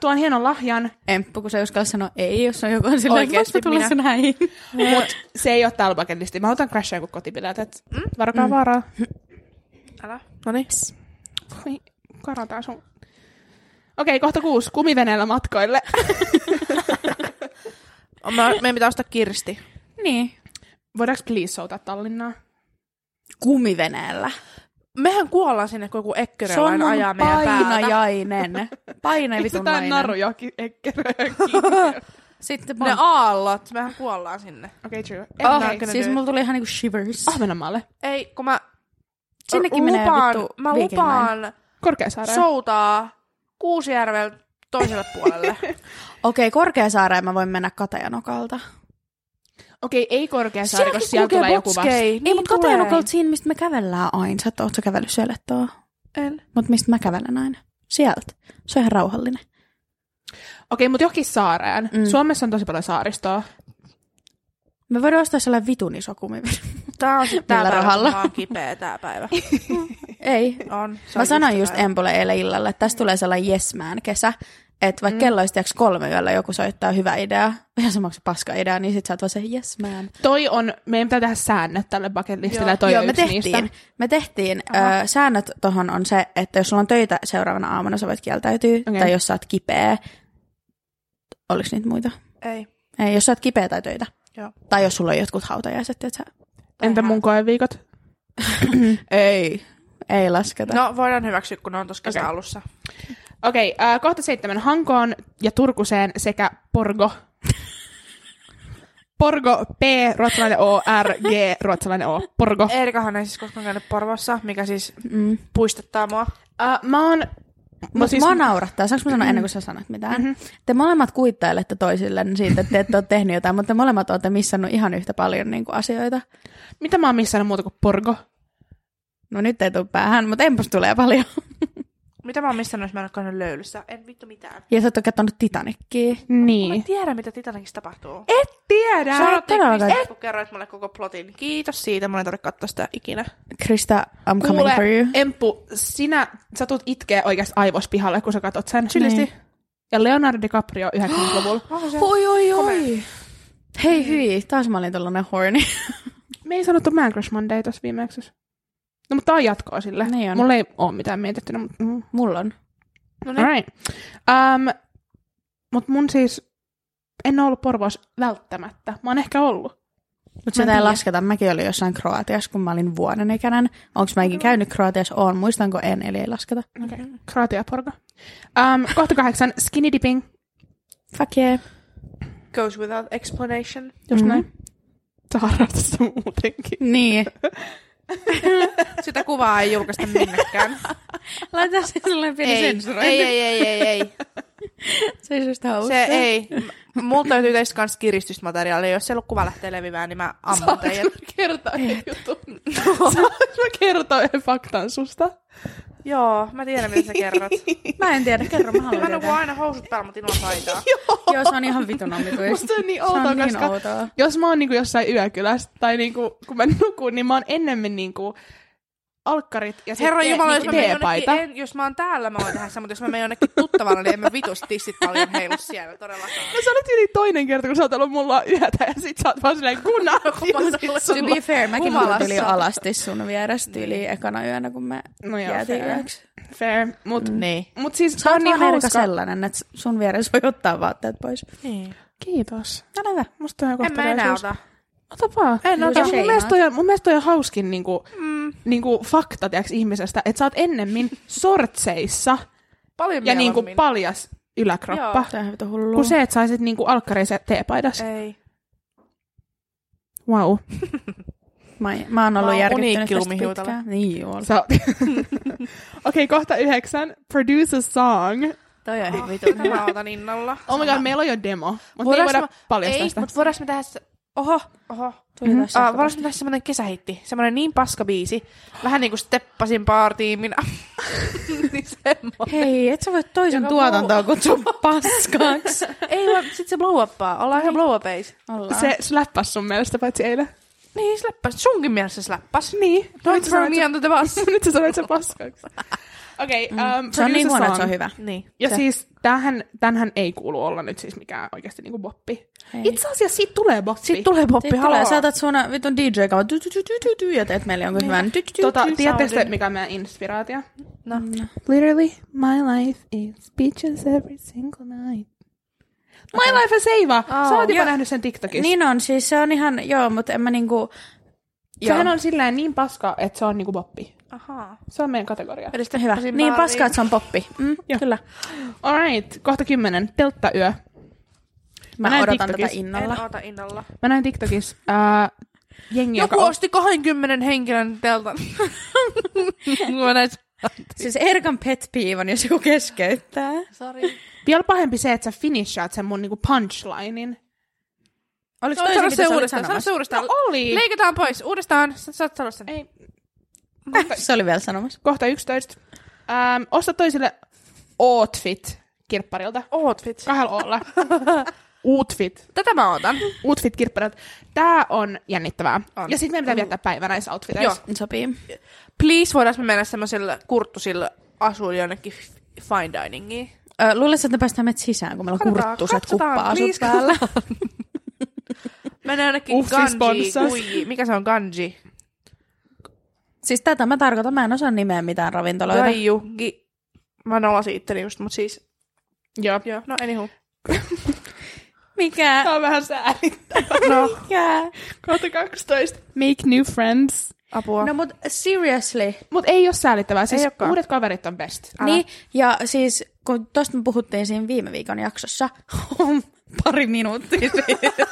Speaker 2: tuon hienon lahjan,
Speaker 1: Emppu, kun se uskalla sanoa ei, jos on joku on silleen, että
Speaker 3: Oikeesti
Speaker 1: voisiko tulla
Speaker 3: minä.
Speaker 1: sun häihin.
Speaker 2: mut se ei ole täällä paketlistalla, mä otan crashaan jonkun kotibileet, et varokaa mm. vaaraa.
Speaker 3: Älä. No niin.
Speaker 2: Voi, karataan sun. Okei, kohta kuusi. Kumiveneellä matkoille.
Speaker 3: Mä- Meidän pitää ostaa kirsti.
Speaker 1: Niin.
Speaker 2: Voidaanko please soutaa Tallinnaa?
Speaker 1: Kumiveneellä.
Speaker 3: Mehän kuollaan sinne, kun joku ekkere
Speaker 1: Se on
Speaker 3: vain
Speaker 1: mun
Speaker 3: ajaa meidän päältä.
Speaker 1: painajainen.
Speaker 2: Pistetään
Speaker 1: Painavitunainen.
Speaker 2: narujakin ekkeröön
Speaker 1: Sitten
Speaker 3: Ne
Speaker 1: mä...
Speaker 3: aallot, mehän kuollaan sinne.
Speaker 2: Okei, true.
Speaker 1: Oh,
Speaker 3: Not gonna
Speaker 1: siis
Speaker 3: do it.
Speaker 1: mulla tuli ihan niinku shivers.
Speaker 3: Ah.
Speaker 2: Ahvenanmaalle.
Speaker 3: Ei, kun mä
Speaker 1: Sinnekin menee
Speaker 3: lupaan,
Speaker 1: vittu
Speaker 3: mä
Speaker 1: Viking Line.
Speaker 3: lupaan
Speaker 2: Korkeasaareen.
Speaker 3: soutaa Kuusijärveltä toiselle puolelle.
Speaker 1: Okei, Korkeasaareen mä voin mennä Katajanokalta.
Speaker 2: Okei, ei Korkeasaari, koska siellä tulee joku vasta.
Speaker 1: Niin, Ei, mutta Katajanokalta siinä, mistä me kävellään aina. Sä et oot sä kävellyt siellä, et oo.
Speaker 3: En.
Speaker 1: Mutta mistä mä kävelen aina? Sieltä. Se on ihan rauhallinen.
Speaker 2: Okei, mutta johonkin saareen.
Speaker 1: Mm.
Speaker 2: Mm. Suomessa on tosi paljon saaristoa.
Speaker 1: Me voidaan ostaa sellainen vitun iso kumivene.
Speaker 3: Tää on sit tää
Speaker 1: Millä
Speaker 3: päivä,
Speaker 1: rahalla?
Speaker 3: kun mä oon kipeä tää päivä.
Speaker 1: Ei.
Speaker 3: On. se
Speaker 1: Mä
Speaker 3: on
Speaker 1: sanoin just
Speaker 3: päivä.
Speaker 1: Empolle eilen illalla, että tästä tulee sellainen jesmään kesä. Että vaikka mm. kello olisi tiiäks kolme yöllä joku soittaa hyvä idea, ja se maksaa paska idea, niin sit sä oot vaan se yes man.
Speaker 2: Toi on, meidän pitää tehdä säännöt tälle paketlistille. Joo. Toi
Speaker 1: Joo,
Speaker 2: on
Speaker 1: me
Speaker 2: yksi
Speaker 1: tehtiin,
Speaker 2: niistä.
Speaker 1: me tehtiin ö, säännöt tohon on se, että jos sulla on töitä seuraavana aamuna, sä voit kieltäytyä, okay.
Speaker 2: Okei.
Speaker 1: tai jos sä oot kipeä, oliko niitä muita?
Speaker 3: Ei.
Speaker 1: Ei, jos sä oot kipeä tai töitä.
Speaker 3: Joo.
Speaker 1: Tai jos sulla on jotkut hautajaiset, että sä...
Speaker 2: Entä mun koeviikot?
Speaker 1: Ei. Ei lasketa.
Speaker 3: No voidaan hyväksyä, kun ne on tuossa
Speaker 2: Okei.
Speaker 3: kesäalussa.
Speaker 2: Okei, äh, kohta seitsemän. Hankoon ja Turkuseen sekä Porgo. Porgo, P, ruotsalainen O, R, G, ruotsalainen O. Porgo.
Speaker 3: Erikahan ei siis koskaan käynyt Porvossa, mikä siis
Speaker 1: Mm.
Speaker 3: puistettaa mua.
Speaker 2: Äh, mä oon...
Speaker 1: Mutta
Speaker 2: siis-
Speaker 1: siis... mua naurattaa. Saanko mä sanoa ennen kuin sä sanot mitään? Mm-hmm. Te molemmat kuittailette toisillenne siitä, että te ette ole tehnyt jotain, mutta te molemmat olette missannut ihan yhtä paljon niin kuin asioita.
Speaker 2: Mitä mä oon missään muuta kuin Porgo?
Speaker 1: No nyt ei tule päähän, mutta empas tulee paljon.
Speaker 3: Mitä mä oon missannut, jos mä en ole käynyt löylyssä? En vittu mitään.
Speaker 1: Ja sä oot katsonut Titanickia.
Speaker 3: Mä en
Speaker 2: Niin.
Speaker 3: tiedä, mitä Titanicissa tapahtuu.
Speaker 2: Et tiedä!
Speaker 1: Sä oot todellakaan...
Speaker 3: Ei, kun kerroit mulle koko plotin. Kiitos siitä, mun ei tarvitse katsoa sitä ikinä.
Speaker 1: Krista, I'm coming
Speaker 2: Kuule,
Speaker 1: for you.
Speaker 2: Emppu, sinä, sä tulet itkeä oikeasti aivos pihalle, kun sä katot sen.
Speaker 1: Chillisti.
Speaker 2: Niin. Ja Leonardo DiCaprio 90-luvulla.
Speaker 3: Onko se?
Speaker 1: Oi, oi,
Speaker 3: Komea.
Speaker 1: oi. Hei, hyi. Taas mä olin tollanen horny.
Speaker 2: Me ei sanottu Man Crush Monday tuossa viime jaksossa. No, mutta tää on jatkoa sille.
Speaker 1: Niin on. Mm-hmm.
Speaker 2: Mulla ei oo mitään mietittynä, mutta... Mm.
Speaker 1: Mulla on.
Speaker 3: No niin.
Speaker 2: Alright. Um, mut mun siis en ole ollut Porvoos välttämättä. Mä oon ehkä ollut.
Speaker 1: Mutta sitä
Speaker 2: Mä en
Speaker 1: ei
Speaker 2: tiedä.
Speaker 1: lasketa. Mäkin olin jossain Kroatiassa, kun mä olin vuoden ikäinen. Onko mä ikinä käynyt Kroatiassa? Oon. Muistanko en, eli ei lasketa.
Speaker 2: Okay. Kroatia porga. Um, kohta kahdeksan, skinny dipping.
Speaker 1: Fuck yeah.
Speaker 3: Goes without explanation.
Speaker 2: Just
Speaker 1: Mhm.
Speaker 2: mm-hmm. näin. Sä harrastat sitä muutenkin.
Speaker 1: Niin.
Speaker 3: Sitä kuvaa ei julkaista minnekään.
Speaker 1: Laita se sellainen pieni
Speaker 3: ei, ei, Niin. ei, ei, ei, ei.
Speaker 1: Se ei just hauska.
Speaker 3: Se ei. M- Multa löytyy teistä kanssa kiristysmateriaalia. Jos se kuva lähtee levimään, niin mä ammun teidät.
Speaker 2: Saanko mä kertoa yhden jutun? Saanko mä kertoa yhden faktan susta?
Speaker 3: Joo, mä tiedän mitä sä kerrot.
Speaker 1: Mä en tiedä, kerro mä
Speaker 3: Mä
Speaker 1: haluan
Speaker 3: nukun
Speaker 1: tietää.
Speaker 3: aina housut päällä, mutta ilman paitaa.
Speaker 1: Joo, se on ihan vitun omituista.
Speaker 2: Musta on niin
Speaker 1: Se
Speaker 2: outoa,
Speaker 1: on niin
Speaker 2: koska
Speaker 1: outoa.
Speaker 2: jos mä oon niinku jossain yökylässä tai niinku, kun mä nukun, niin mä oon ennemmin niinku alkkarit ja niinku
Speaker 3: Herra Jumala, jos mä, menen
Speaker 2: teepaita.
Speaker 3: jonnekin, en, jos mä oon täällä, mä oon tehdä sen, mutta jos mä menen jonnekin tuttavana, niin emme vitus tissit paljon heilu siellä todellakaan.
Speaker 2: No sä olet yli toinen kerta, kun sä oot ollut mulla yötä ja sit sä oot vaan silleen kunnan.
Speaker 3: niin,
Speaker 1: To be fair, mäkin
Speaker 3: Humalassa.
Speaker 1: tuli alasti sun vieressä tyyli ekana yöllä, kun me
Speaker 2: No joo,
Speaker 1: jäätiin
Speaker 2: fair.
Speaker 1: yöksi.
Speaker 2: Fair, mut, mm.
Speaker 3: Niin.
Speaker 2: mut siis
Speaker 1: Sä
Speaker 2: tää
Speaker 1: oot
Speaker 2: on niin
Speaker 1: vaan
Speaker 2: hauska.
Speaker 1: Erika sellainen, että sun vieressä voi ottaa vaatteet pois.
Speaker 3: niin.
Speaker 2: Kiitos.
Speaker 1: Älä hyvä.
Speaker 2: Musta toi on
Speaker 3: En mä enää
Speaker 2: kohteliaisuus.
Speaker 3: ota.
Speaker 2: Ota vaan.
Speaker 1: En ota.
Speaker 2: Ja mun,
Speaker 1: Shame
Speaker 2: mielestä
Speaker 1: on.
Speaker 2: toi on, mun mielestä toi on hauskin niinku,
Speaker 3: Mm,
Speaker 2: niinku fakta tiiäks, ihmisestä, että sä oot ennemmin sortseissa
Speaker 3: paljon
Speaker 2: ja niinku
Speaker 3: mieluummin.
Speaker 2: paljas yläkroppa.
Speaker 1: Se on ihan vitun hullua.
Speaker 2: Kun se, että saisit niinku alkkareissa ja teepaidassa.
Speaker 3: Ei.
Speaker 2: Wow.
Speaker 1: Mä, mä oon
Speaker 3: Mä
Speaker 1: ollut
Speaker 3: oon
Speaker 1: järkyttynyt
Speaker 3: uniikki
Speaker 1: tästä
Speaker 3: lumihiutale.
Speaker 1: pitkään. Niin joo.
Speaker 2: Sä oot- Okei, okay, kohta yhdeksän. Produce a song.
Speaker 1: Toi on ihan vitun.
Speaker 3: Vitun, Ah, mä otan innolla.
Speaker 2: Oh my god, meillä on jo demo. Mutta me ei
Speaker 3: Voidaanko
Speaker 2: voida
Speaker 3: mä-
Speaker 2: paljastaa
Speaker 3: Ei,
Speaker 2: sitä.
Speaker 3: mutta voidaanko me tehdä se... Oho, oho.
Speaker 1: Tuli taas
Speaker 3: Uh,
Speaker 1: sähköposti.
Speaker 3: Varsin tässä semmoinen kesähitti, semmoinen niin paska biisi, vähän niin kuin steppasin paartiin minä. niin semmoinen.
Speaker 1: Hei, et sä voi toisen
Speaker 3: Joka
Speaker 1: tuotantoa kutsua paskaksi.
Speaker 3: Ei vaan, sit se blow uppaa, ollaan ihan blow upeis.
Speaker 1: Ollaan.
Speaker 2: Se slappas sun mielestä paitsi eilen.
Speaker 3: Niin, slappas, sunkin mielessä slappas.
Speaker 2: Niin.
Speaker 3: Don't throw me under the bus.
Speaker 2: Nyt sä sanoit sen paskaksi. Okei, okay, um,
Speaker 1: se on niin huono, että se on hyvä.
Speaker 3: niin.
Speaker 2: Ja
Speaker 1: Se.
Speaker 2: se. siis tämähän, tämähän ei kuulu olla nyt siis mikään oikeasti niinku boppi.
Speaker 1: Hei.
Speaker 2: Ei. Itse asiassa siitä tulee boppi.
Speaker 3: Sitten tulee poppi,
Speaker 1: Sitten Siis tulee,
Speaker 3: haloo.
Speaker 1: sä otat sun äh, vitun DJ-kavan ty- ty- ty- ty- ty- ty- ja teet meille jonkun hyvän. ty- ty- ty-
Speaker 2: Tota,
Speaker 1: ty-
Speaker 2: tiedättekö te,
Speaker 1: soundin.
Speaker 2: mikä on meidän inspiraatio?
Speaker 3: No.
Speaker 2: Literally, my life is bitches every single night. My life is Eva! Oh, sä oot jopa
Speaker 1: Joo.
Speaker 2: nähnyt sen TikTokissa.
Speaker 1: Niin on, siis se on ihan, joo, mutta en mä niinku...
Speaker 2: Sehän
Speaker 1: joo.
Speaker 2: on silleen niin paska, että se on niinku boppi.
Speaker 3: Ahaa.
Speaker 2: Se on meidän kategoria.
Speaker 3: Eli sitten
Speaker 1: Hyvä.
Speaker 3: hyppäsin
Speaker 1: Niin
Speaker 3: baariin.
Speaker 1: paska, että se on poppi. Mm,
Speaker 2: Joo.
Speaker 1: kyllä.
Speaker 2: Alright, kohta kymmenen. Telttayö.
Speaker 1: Mä,
Speaker 2: näin
Speaker 1: odotan tätä
Speaker 2: TikTokissa.
Speaker 1: innolla.
Speaker 3: En ota innolla.
Speaker 2: Mä näin TikTokissa ää, jengi,
Speaker 3: Joku
Speaker 2: joka
Speaker 3: osti 20 henkilön teltan.
Speaker 2: niinku
Speaker 3: Mä näin.
Speaker 1: Siis Erkan pet peeve on, jos joku keskeyttää.
Speaker 3: Sorry.
Speaker 2: Vielä pahempi se, että sä finishaat sen mun niinku punchlinein.
Speaker 1: Oliko
Speaker 3: No,
Speaker 1: toi
Speaker 3: sano
Speaker 1: se, mitä
Speaker 3: se
Speaker 1: sä olit
Speaker 3: uudestaan, sano se
Speaker 1: sanomassa?
Speaker 3: uudestaan.
Speaker 2: No oli!
Speaker 3: Leikataan pois, uudestaan. Sä sä oot sanonut sen.
Speaker 2: Ei.
Speaker 1: Se oli vielä sanomassa.
Speaker 2: Kohta 11. Ähm, osta toisille outfit kirpparilta.
Speaker 3: Outfit.
Speaker 2: Kahdella olla. Outfit.
Speaker 3: Tätä mä otan.
Speaker 2: Outfit kirpparilta. Tää on jännittävää.
Speaker 3: On.
Speaker 2: On. Mm. Ja sit meidän pitää viettää päivä näissä outfiteissa.
Speaker 3: Joo.
Speaker 1: Sopii.
Speaker 3: Please, voidaanko me mennä semmoisilla kurttusilla asuilla jonnekin f- fine diningiin?
Speaker 1: Ö, Luulisin, että me päästään meidät sisään, kun meillä on
Speaker 3: Katsotaan,
Speaker 1: kurttuset
Speaker 3: katsotaan,
Speaker 1: kuppa-asut
Speaker 3: please,
Speaker 1: päällä.
Speaker 3: Mennään jonnekin
Speaker 2: Uffi
Speaker 3: ganji,
Speaker 2: sponsors.
Speaker 3: kuiji. Mikä se on ganji?
Speaker 1: Siis tätä mä tarkoitan, mä en osaa nimeä mitään ravintoloita.
Speaker 3: Gaiju, gi. Mä nolasin itteni just, mut siis.
Speaker 2: Joo.
Speaker 3: Joo, no anywho.
Speaker 1: Mikä?
Speaker 2: Tää on vähän säälittävää.
Speaker 3: No,
Speaker 1: Mikä?
Speaker 2: Kohta 12. Make new friends.
Speaker 3: apua.
Speaker 1: No mut seriously.
Speaker 2: Mut ei oo säälittävää. Siis
Speaker 3: olekaan.
Speaker 2: uudet kaverit on best.
Speaker 3: Älä.
Speaker 1: Niin, ja siis kun tosta me puhuttiin siinä viime viikon jaksossa, pari minuuttia siitä.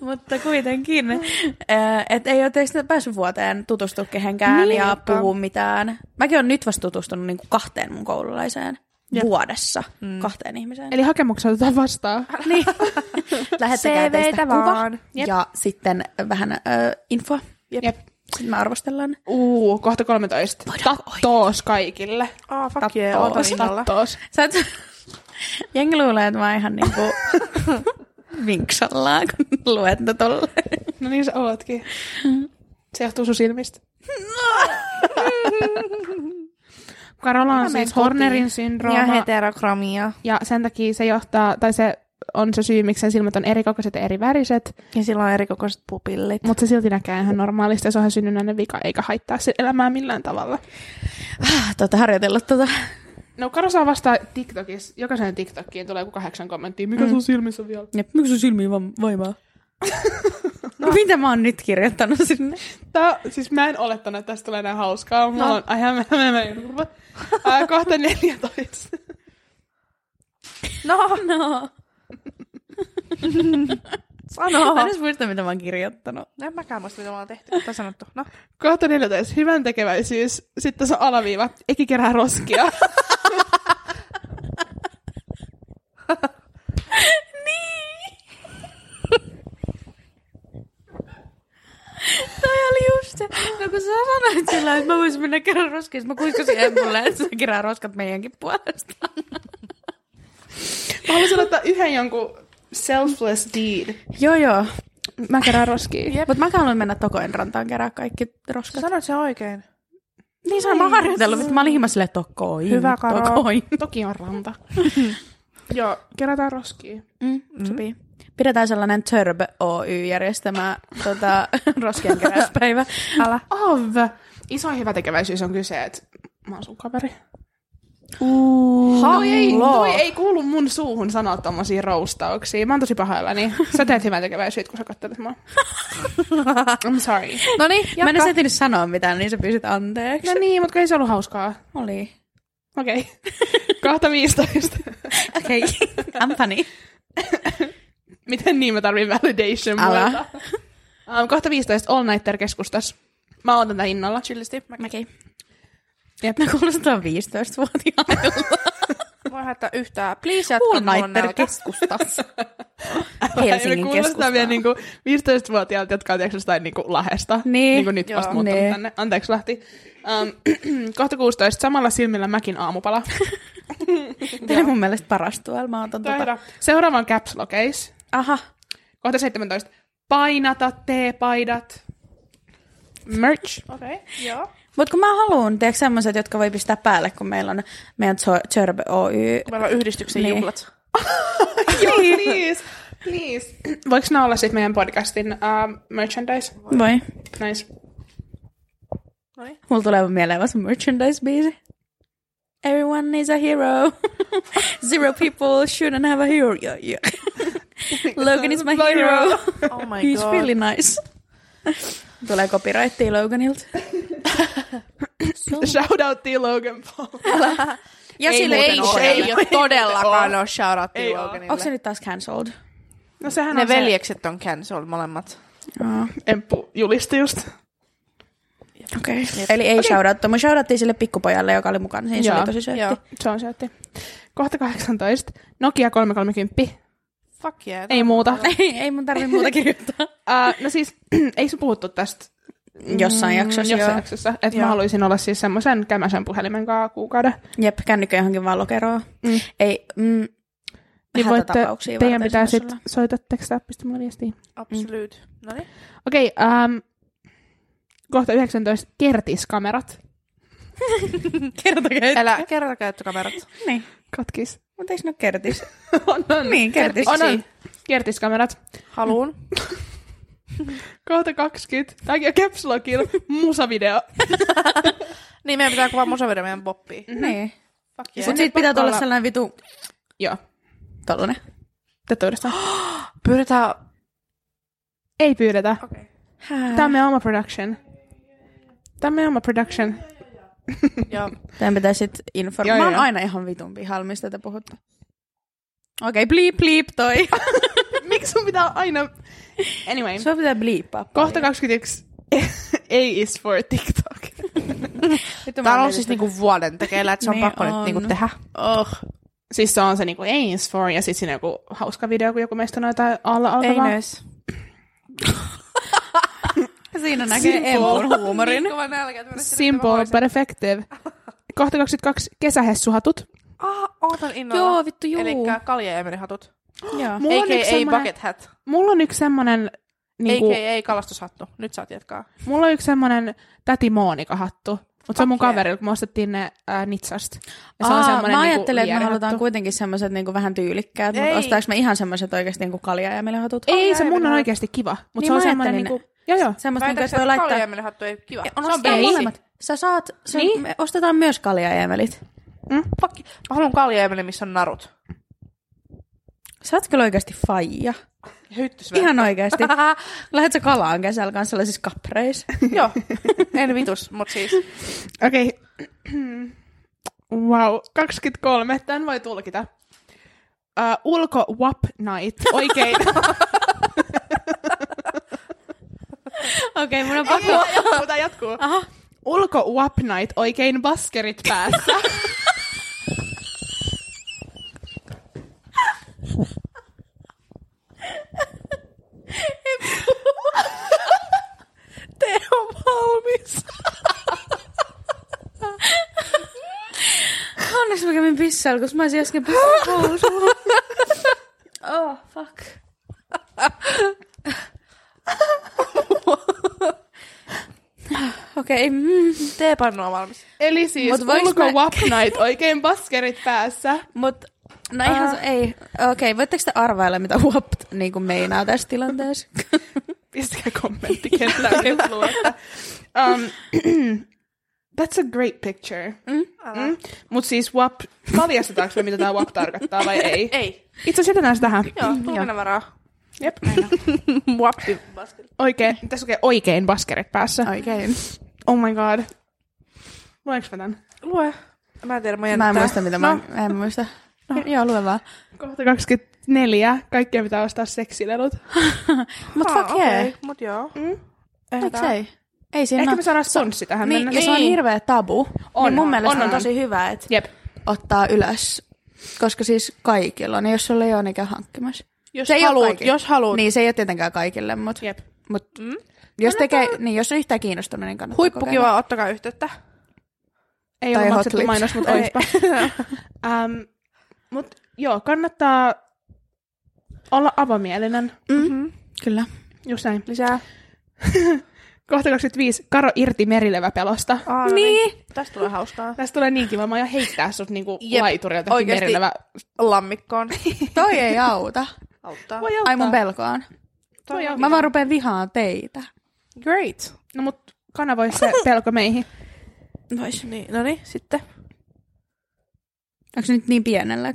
Speaker 1: Mutta kuitenkin, että ei ole teistä päässyt vuoteen tutustua kehenkään
Speaker 2: Niin,
Speaker 1: niin, ja
Speaker 2: totta.
Speaker 1: puhua mitään. Mäkin olen nyt vasta tutustunut niin kahteen mun koululaiseen vuodessa, mm. kahteen ihmiseen.
Speaker 2: Eli hakemuksia otetaan vastaan.
Speaker 1: Niin. Lähettäkää teistä
Speaker 3: CVtä
Speaker 1: kuva
Speaker 3: vaan.
Speaker 2: Jep.
Speaker 1: ja sitten vähän ö, infoa.
Speaker 3: Jep.
Speaker 2: Jep.
Speaker 1: Sitten me arvostellaan.
Speaker 2: Uu, kohta 13. Tattoos kaikille.
Speaker 3: Ah, fuck
Speaker 1: Tattoos.
Speaker 3: yeah, otan innolla.
Speaker 2: Tattoos.
Speaker 1: Sä et... Jengi luulee, että mä oon ihan niinku vinksallaan, kun luet tätä tolleen.
Speaker 2: No niin sä ootkin. Se johtuu sun silmistä. Karola on siis Hornerin
Speaker 3: Ja
Speaker 2: syndrooma.
Speaker 3: heterokramia.
Speaker 2: Ja sen takia se johtaa, tai se on se syy, miksi sen silmät on erikokoiset ja eri väriset,
Speaker 3: Ja sillä on erikokoiset pupillit.
Speaker 2: mutta se silti näkee ihan normaalisti ja se on ihan synnynnäinen vika, eikä haittaa sen elämää millään tavalla.
Speaker 1: Te ootte Ah, harjoitellut tota.
Speaker 2: No Karo saa vastaa TikTokissa. Jokaisen TikTokkiin tulee joku kahdeksan kommenttia. Mikä mm. sun silmissä vielä?
Speaker 1: Ja miksi sun silmiä vaan vaimaa? no. Mitä mä oon nyt kirjoittanut sinne?
Speaker 2: Tää, siis mä en olettanut, että tästä tulee näin hauskaa. Mulla no. on aivan mä, mä, mä, mä, mä, kohta 14.
Speaker 1: No. No.
Speaker 3: Sano.
Speaker 1: Mä en edes muista, mitä mä oon kirjoittanut.
Speaker 3: En mäkään muista, mitä mä oon tehty tai sanottu. No.
Speaker 2: Kohta 14. Hyvän tekeväisyys. Sitten tässä on alaviiva. Eki kerää roskia.
Speaker 1: niin! Toi oli just se. No kun sä sanoit sillä, että mä voisin mennä kerran roskiin, mä kuiskasin Emmulle, että sä kerää roskat meidänkin puolesta.
Speaker 2: Mä haluaisin ottaa yhden jonkun selfless deed.
Speaker 1: joo, joo.
Speaker 2: Mä kerään roskiin.
Speaker 1: Jep. Mutta mä haluan mennä Tokoen rantaan kerää kaikki
Speaker 3: Sä
Speaker 1: roskat.
Speaker 3: sanoit sen oikein.
Speaker 1: Niin se on, mä oon harjoitellut, mutta mä olin hieman silleen Tokoin.
Speaker 2: niin
Speaker 3: Hyvä, Karo.
Speaker 1: Tokoin.
Speaker 2: Toki on ranta. Joo, kerätään roskiin.
Speaker 1: Mm, sopii. Pidetään sellainen Turb Oy-järjestämä tota, roskien keräyspäivä.
Speaker 3: Älä.
Speaker 2: Av! Iso hyvä tekeväisyys on kyse, että mä oon sun kaveri. Toi No ei,
Speaker 1: Hallo.
Speaker 2: toi ei kuulu mun suuhun sanoa tommosia roustauksia. Mä oon tosi pahoillani. Sä teet hyvän tekeväisyyttä, kun sä kattelet mua. I'm sorry.
Speaker 3: No niin,
Speaker 1: Mä en
Speaker 3: jatka.
Speaker 1: edes ehtinyt sanoa mitään, niin sä pyysit anteeksi.
Speaker 2: No niin, mutta ei se ollut hauskaa.
Speaker 1: Oli.
Speaker 2: Okei. Okay. Kohta 15.
Speaker 1: Okei, okay. I'm funny.
Speaker 2: Miten niin mä tarvin validation
Speaker 1: Älä.
Speaker 2: muilta? Um, kohta 15 All Nighter keskustas. Mä oon tätä innolla.
Speaker 3: Chillisti. Mä
Speaker 1: Mäkin.
Speaker 2: Jep.
Speaker 1: No kuulostaa 15-vuotiaalta.
Speaker 3: voin haittaa yhtään. Please jatka
Speaker 1: All
Speaker 3: mulla on
Speaker 1: nighter
Speaker 3: nälkä.
Speaker 1: keskustassa.
Speaker 2: Ne
Speaker 1: Helsingin
Speaker 2: kuulostaa
Speaker 1: keskustaa.
Speaker 2: vielä niinku 15-vuotiailta, jotka on tiedätkö, jostain niinku lahesta.
Speaker 1: Niin.
Speaker 2: Niinku nyt
Speaker 3: Joo.
Speaker 2: vasta muuttanut
Speaker 1: Niin.
Speaker 2: tänne. Anteeksi Lahti. Um, kohta 16. Samalla silmillä mäkin aamupala.
Speaker 1: Tämä on mun mielestä paras tuelma. Otan tota.
Speaker 2: Tota, seuraava on caps lockeis.
Speaker 1: Aha.
Speaker 2: Kohta 17. Painata teepaidat. Merch.
Speaker 3: Okei, okay, joo.
Speaker 1: Mutta kun mä haluan, tiedätkö semmoiset, jotka voi pistää päälle, kun meillä on meidän Turb Oy.
Speaker 3: Meillä on yhdistyksen
Speaker 1: Niin.
Speaker 3: juhlat.
Speaker 2: Joo, please. Please. Voiko nämä olla sitten meidän podcastin uh, merchandise?
Speaker 1: Voi.
Speaker 2: Nice.
Speaker 1: Mm.
Speaker 3: No niin.
Speaker 1: Mulla tulee mieleen vasta merchandise-biisi. Everyone is a hero. Zero people shouldn't have a hero. Yeah, yeah. Logan is my hero.
Speaker 3: Oh my
Speaker 1: He's
Speaker 3: god.
Speaker 1: really nice. Tulee copyrightia Loganilta.
Speaker 2: Shoutouttiin Logan Paul.
Speaker 1: Ja
Speaker 3: Ei,
Speaker 1: sille
Speaker 3: ei,
Speaker 1: ei
Speaker 3: ei,
Speaker 1: ole.
Speaker 3: se ei ole todellakaan Oh, no,
Speaker 2: Ei
Speaker 3: ole shoutoutti
Speaker 2: Ei oo.
Speaker 3: Loganille.
Speaker 1: Onko se nyt taas cancelled?
Speaker 2: No sehän
Speaker 3: Ne
Speaker 2: on se-
Speaker 3: veljekset on cancelled molemmat.
Speaker 1: Oh,
Speaker 2: Emppu julisti just.
Speaker 1: Okei. Okay. Eli ei okay. shoutoutta. Mä shoutouttiin sille pikkupojalle, joka oli mukana. Siinä se
Speaker 2: Joo.
Speaker 1: oli tosi sötti.
Speaker 3: Joo.
Speaker 2: Se on syötti. Kohta 18. Nokia 330.
Speaker 3: Fuck yeah.
Speaker 2: Ei muuta.
Speaker 1: ei, ei mun tarvi muuta kirjoittaa.
Speaker 2: Uh, no siis, ei se puhuttu tästä
Speaker 1: Jossain jaksossa,
Speaker 2: Mm, jossain
Speaker 1: joo.
Speaker 2: jaksossa. Että mä
Speaker 3: Joo.
Speaker 2: haluaisin olla siis semmoisen kämäsen puhelimen kaa kuukauden.
Speaker 1: Jep, kännykö johonkin vaan lokeroon.
Speaker 2: Mm.
Speaker 1: Ei, mm,
Speaker 2: Niin voitte,
Speaker 1: hätätapauksia
Speaker 2: teidän
Speaker 1: varten
Speaker 2: pitää sitten
Speaker 1: semmoisella.
Speaker 2: soittaa, tekstää, pistä mulle viestiä.
Speaker 3: Absolute. No niin.
Speaker 2: Okei, okay, um, kohta 19. Kertiskamerat.
Speaker 1: Kertokaa. Älä.
Speaker 3: Älä kerta käyttökamerat.
Speaker 1: Niin.
Speaker 2: Katkis.
Speaker 1: Mutta eikö ne ole kertis?
Speaker 2: on, on.
Speaker 1: Niin, kertis.
Speaker 2: On, on. Kertiskamerat.
Speaker 3: Haluun.
Speaker 2: Kohta 20. Tämäkin on Caps Lockilla. Musavideo.
Speaker 3: Niin meidän pitää kuvaa musavideo meidän poppiin.
Speaker 1: Niin. Yeah.
Speaker 3: Fuck yeah.
Speaker 1: Mutta siitä pitää
Speaker 2: pakko
Speaker 1: tulla
Speaker 2: olla-
Speaker 1: sellainen vitu...
Speaker 2: Joo.
Speaker 1: Tollanen.
Speaker 2: Tätä uudestaan.
Speaker 3: Pyydetään...
Speaker 2: Ei pyydetä.
Speaker 3: Okei. Okay.
Speaker 2: Tämä on meidän oma production. Tämä on meidän oma production.
Speaker 3: Joo.
Speaker 1: Tämän pitää sit
Speaker 2: Joo,
Speaker 1: informoida. Mä oon
Speaker 2: joo.
Speaker 1: aina ihan vitun pihalla, mistä te puhutte. Okei, okay, bleep bleep toi.
Speaker 2: Miksi sun pitää aina... Anyway.
Speaker 1: Sua pitää bleeppaa.
Speaker 2: Kohta 21. A is for TikTok.
Speaker 3: Tää on ollut siis niinku vuoden tekeillä, että se on
Speaker 1: Niin
Speaker 3: pakko
Speaker 1: on.
Speaker 3: nyt niinku tehdä.
Speaker 1: Oh.
Speaker 2: Siis se on se niinku A is for ja sitten siinä joku hauska video, kun joku meistä on jotain alla
Speaker 3: Ei
Speaker 2: alkavaa.
Speaker 3: nöys.
Speaker 1: Siinä näkee Emun huumorin.
Speaker 3: kova nälkä, että mä nyt
Speaker 2: Simple but effective. Kohta 22. Kesähessuhatut.
Speaker 3: Ah, ootan innolla.
Speaker 1: Joo, vittu, juu.
Speaker 3: Elikkä kalja ja merihatut.
Speaker 1: Joo.
Speaker 2: Mulla on
Speaker 3: AKA
Speaker 2: yksi semmonen-
Speaker 3: bucket hat.
Speaker 2: Mulla on yksi semmonen, niinku,
Speaker 3: AKA kalastushattu. Nyt saat jatkaa.
Speaker 2: mulla on yksi semmonen täti Monika hattu. Mutta se on mun
Speaker 3: Fuck yeah.
Speaker 2: kaverilla, kun me ostettiin ne ää, Nitsasta. Ja
Speaker 1: Aa,
Speaker 2: semmonen niinku
Speaker 1: mä ajattelin, että me
Speaker 2: vierhattu.
Speaker 1: halutaan kuitenkin semmoiset niinku vähän tyylikkäät,
Speaker 3: Ei.
Speaker 1: mutta ostaanko me ihan semmoiset oikeasti niinku kalja ja meillä hatut?
Speaker 2: Ei, se
Speaker 3: Kaljajärven
Speaker 2: mun on
Speaker 3: hattu.
Speaker 2: oikeasti kiva. Mutta
Speaker 1: Niin
Speaker 2: se on
Speaker 1: mä
Speaker 2: semmoinen
Speaker 1: ajattelin,
Speaker 2: niinku... Joo, joo.
Speaker 1: Semmoista, niinku,
Speaker 3: Väitätkö,
Speaker 1: että voi
Speaker 3: että
Speaker 1: laittaa... Eh,
Speaker 3: kalja ja merihattu ei kiva?
Speaker 1: On
Speaker 2: on
Speaker 1: ostetaan
Speaker 2: basic.
Speaker 1: molemmat. Sä saat, se, niin? me ostetaan myös kaljaemelit.
Speaker 2: Mm.
Speaker 3: Fuck. Mä haluan kaljaemeli, missä on narut.
Speaker 1: Sä oot kyllä oikeasti faija.
Speaker 3: Hyttys
Speaker 1: Ihan oikeasti. Lähetkö kalaan kesällä kanssa sellaisissa kapreissa?
Speaker 3: Joo, en vitus, mut siis.
Speaker 2: Okei. Okay. Wow, 23. Tän voi tulkita. Uh, ulko WAP night. Oikein.
Speaker 1: Okei, okay, mun on
Speaker 2: Tää jatkuu, tää jatkuu.
Speaker 1: Aha.
Speaker 2: Ulko WAP night. Oikein baskerit päässä.
Speaker 1: Teo valmis. Onneksi mä kävin pissalla, koska mä olisin äsken pissalla housuun. Oh, fuck. Okei, okay, mm.
Speaker 3: Teepannu on valmis.
Speaker 2: Eli siis
Speaker 1: Mut voiks
Speaker 2: ulko
Speaker 1: mä-
Speaker 2: WAP night. Oikein baskerit päässä.
Speaker 1: mut no ihan se, ei. Okei, okay, voitteko te arvailla, mitä huop niinku meinaa tässä tilanteessa?
Speaker 2: Pistäkää kommentti kenttään, jos luette. Um, that's a great picture. Mm? Mm? Mutta siis WAP, paljastetaanko me, mitä tämä WAP tarkoittaa vai ei?
Speaker 3: Ei.
Speaker 2: Itse asiassa jätetään se tähän.
Speaker 3: Joo, tulkinnanvaraa.
Speaker 2: Jep.
Speaker 3: Wappi.
Speaker 2: Oikein, tässä lukee oikein baskerit päässä.
Speaker 1: Oikein.
Speaker 2: Oh my god. Luenko mä tämän?
Speaker 3: Lue. Mä en tiedä, mä
Speaker 1: Mä
Speaker 3: jännittää.
Speaker 1: en muista, mitä
Speaker 3: no,
Speaker 1: mä, mä en muista. No. Joo, lue vaan.
Speaker 2: Kohta 24. Kaikkea pitää ostaa seksilelut.
Speaker 1: Mut
Speaker 3: Aa,
Speaker 1: fuck
Speaker 3: okei,
Speaker 1: yeah.
Speaker 3: Mut joo.
Speaker 1: Miksei? Ei siinä
Speaker 2: Ehkä
Speaker 1: oo-
Speaker 2: me saadaan sponssi tähän
Speaker 1: Niin,
Speaker 2: mennä.
Speaker 1: ja se on hirveä tabu.
Speaker 2: On,
Speaker 1: niin mun
Speaker 2: on,
Speaker 1: mielestä on
Speaker 2: on, on.
Speaker 1: tosi hyvä, että
Speaker 2: Jep.
Speaker 1: ottaa ylös. Koska siis kaikilla on, ja jos sulla ei ole niinkään hankkimassa.
Speaker 3: Jos
Speaker 1: se ei oo
Speaker 3: haluut,
Speaker 1: kaikille.
Speaker 3: jos haluut.
Speaker 1: Niin, se ei ole tietenkään kaikille, mutta
Speaker 2: Jep.
Speaker 1: mut, mm? jos, tekee, niin, jos on yhtään kiinnostunut, niin kannattaa kokeilla.
Speaker 3: Huippukiva, ottakaa yhteyttä.
Speaker 2: Ei
Speaker 1: Tai
Speaker 2: ole
Speaker 1: hot
Speaker 2: maksettu
Speaker 1: lips.
Speaker 2: mainos, mutta
Speaker 3: Ei.
Speaker 2: oispa. um, mut joo, kannattaa olla avomielinen.
Speaker 3: Mm-hmm.
Speaker 1: Kyllä.
Speaker 2: Just näin.
Speaker 3: Lisää.
Speaker 2: Kohta 25. Karo irti merilevä pelosta.
Speaker 3: Aa, no niin. Tästä tulee hauskaa.
Speaker 2: Tästä tulee niin kiva. Mä aion heittää sut niinku
Speaker 3: Jep,
Speaker 2: laiturilta
Speaker 3: oikeesti.
Speaker 2: merilevä.
Speaker 3: Lammikkoon.
Speaker 1: Toi ei auta.
Speaker 3: Auttaa.
Speaker 2: Voi auttaa.
Speaker 1: Ai mun pelkoon.
Speaker 3: Toi
Speaker 2: Voi
Speaker 3: on
Speaker 1: Mä vaan rupean vihaan teitä.
Speaker 3: Great.
Speaker 2: No mut kanavoi se pelko meihin.
Speaker 3: Vois. Niin, no niin, sitten.
Speaker 1: Onko se nyt niin pienellä?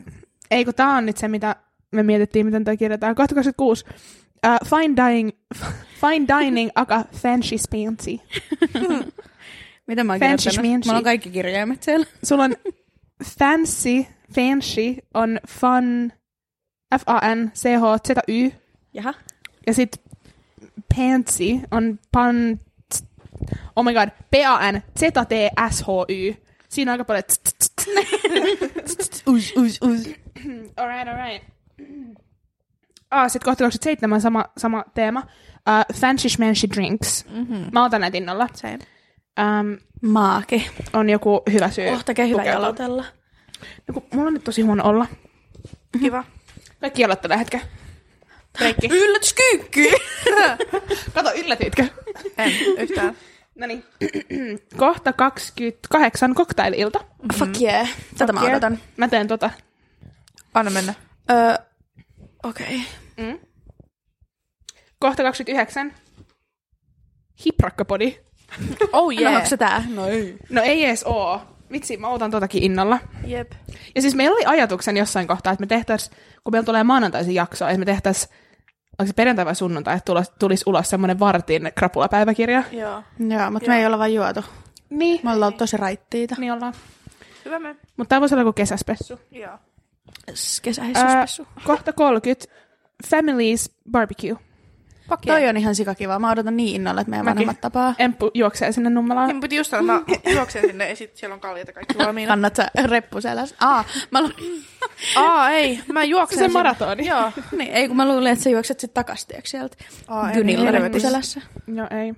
Speaker 2: Ei kun tää on nyt se, mitä me mietittiin, miten toi kirjoitetaan. Kohta 26. Uh, fine dining, fine dining aga fancy spancy.
Speaker 1: Mitä mä oon
Speaker 2: Fancy
Speaker 1: kirjoittanut?
Speaker 2: schmancy.
Speaker 1: Mulla on kaikki kirjaimet siellä.
Speaker 2: Sulla on fancy, fancy on fun, F-A-N-C-H-Z-Y.
Speaker 1: Jaha.
Speaker 2: Ja sit pansy on pan... Oh my god, P-A-N, Z-T-S-H-Y. Siinä on aika paljon... tst, tst, tst.
Speaker 1: Us, us, us.
Speaker 2: Alright, alright. Ah, sit kohta 27 sama, sama teema. Uh, fancy schmancy drinks.
Speaker 3: Mm-hmm.
Speaker 2: Mä otan näitä innolla.
Speaker 3: Same.
Speaker 2: Um,
Speaker 1: Maake.
Speaker 2: on joku hyvä syy.
Speaker 3: Oh.
Speaker 1: Kohta kehillä
Speaker 2: Pukeutua.
Speaker 1: jalotella.
Speaker 2: No, kun mulla on nyt tosi huono olla.
Speaker 3: Mm-hmm. Kiva.
Speaker 2: Kaikki jollat tällä hetkellä. Breikki.
Speaker 1: Yllätyskyykky!
Speaker 2: Kato, yllätitkö?
Speaker 3: En yhtään.
Speaker 2: Noniin. Kohta 28 koktaililta.
Speaker 3: Mhm.
Speaker 1: Fuck yeah. Tätä mä
Speaker 2: Yeah.
Speaker 1: odotan.
Speaker 2: Mä teen tota.
Speaker 3: Anna mennä.
Speaker 1: Öö, okei.
Speaker 2: Mm. Kohta 29. Hiprakkapodi.
Speaker 3: Oh
Speaker 1: Yeah.
Speaker 3: yeah.
Speaker 1: No onko se tää? No ei.
Speaker 2: No ei ees oo. Vitsi, mä otan totakin innolla.
Speaker 3: Jep.
Speaker 2: Ja siis meillä oli ajatuksen jossain kohtaa, että me tehtäis, kun meillä tulee maanantaisin jakso, että me tehtäis, onko se perjantai vai sunnuntai, että tulos- tulisi ulos semmoinen vartin krapulapäiväkirja.
Speaker 3: Joo.
Speaker 1: Joo, mutta me ei olla vaan juotu.
Speaker 2: Niin.
Speaker 1: Me ollaan tosi raittiita.
Speaker 2: Niin ollaan.
Speaker 3: Hyvä me.
Speaker 2: Mutta tämä voisi olla joku kesäspessu.
Speaker 3: Joo.
Speaker 1: Kesähissuspessu.
Speaker 2: Ää, kohta 30. Families Barbecue.
Speaker 3: Fuck yeah.
Speaker 1: Toi on ihan sikakiva. Mä odotan niin innolla, että meidän
Speaker 2: Mäkin.
Speaker 1: vanhemmat tapaa.
Speaker 2: Emppu juoksee sinne nummelaan.
Speaker 3: Niin, mun piti just sanoa, että mä juoksen sinne ja sit siellä on kaljata kaikki valmiina.
Speaker 1: Kannat sä reppu selässä? Aa, mä lu-
Speaker 3: Aa, ei. Mä juoksen
Speaker 2: Se
Speaker 3: sinne.
Speaker 2: maratoni.
Speaker 3: Joo.
Speaker 1: niin, ei kun mä luulin, että sä juokset sit takas, tiiäks, sieltä.
Speaker 3: Aa, ei,
Speaker 1: Kynillä
Speaker 3: helvetis.
Speaker 1: reppu selässä.
Speaker 2: No ei.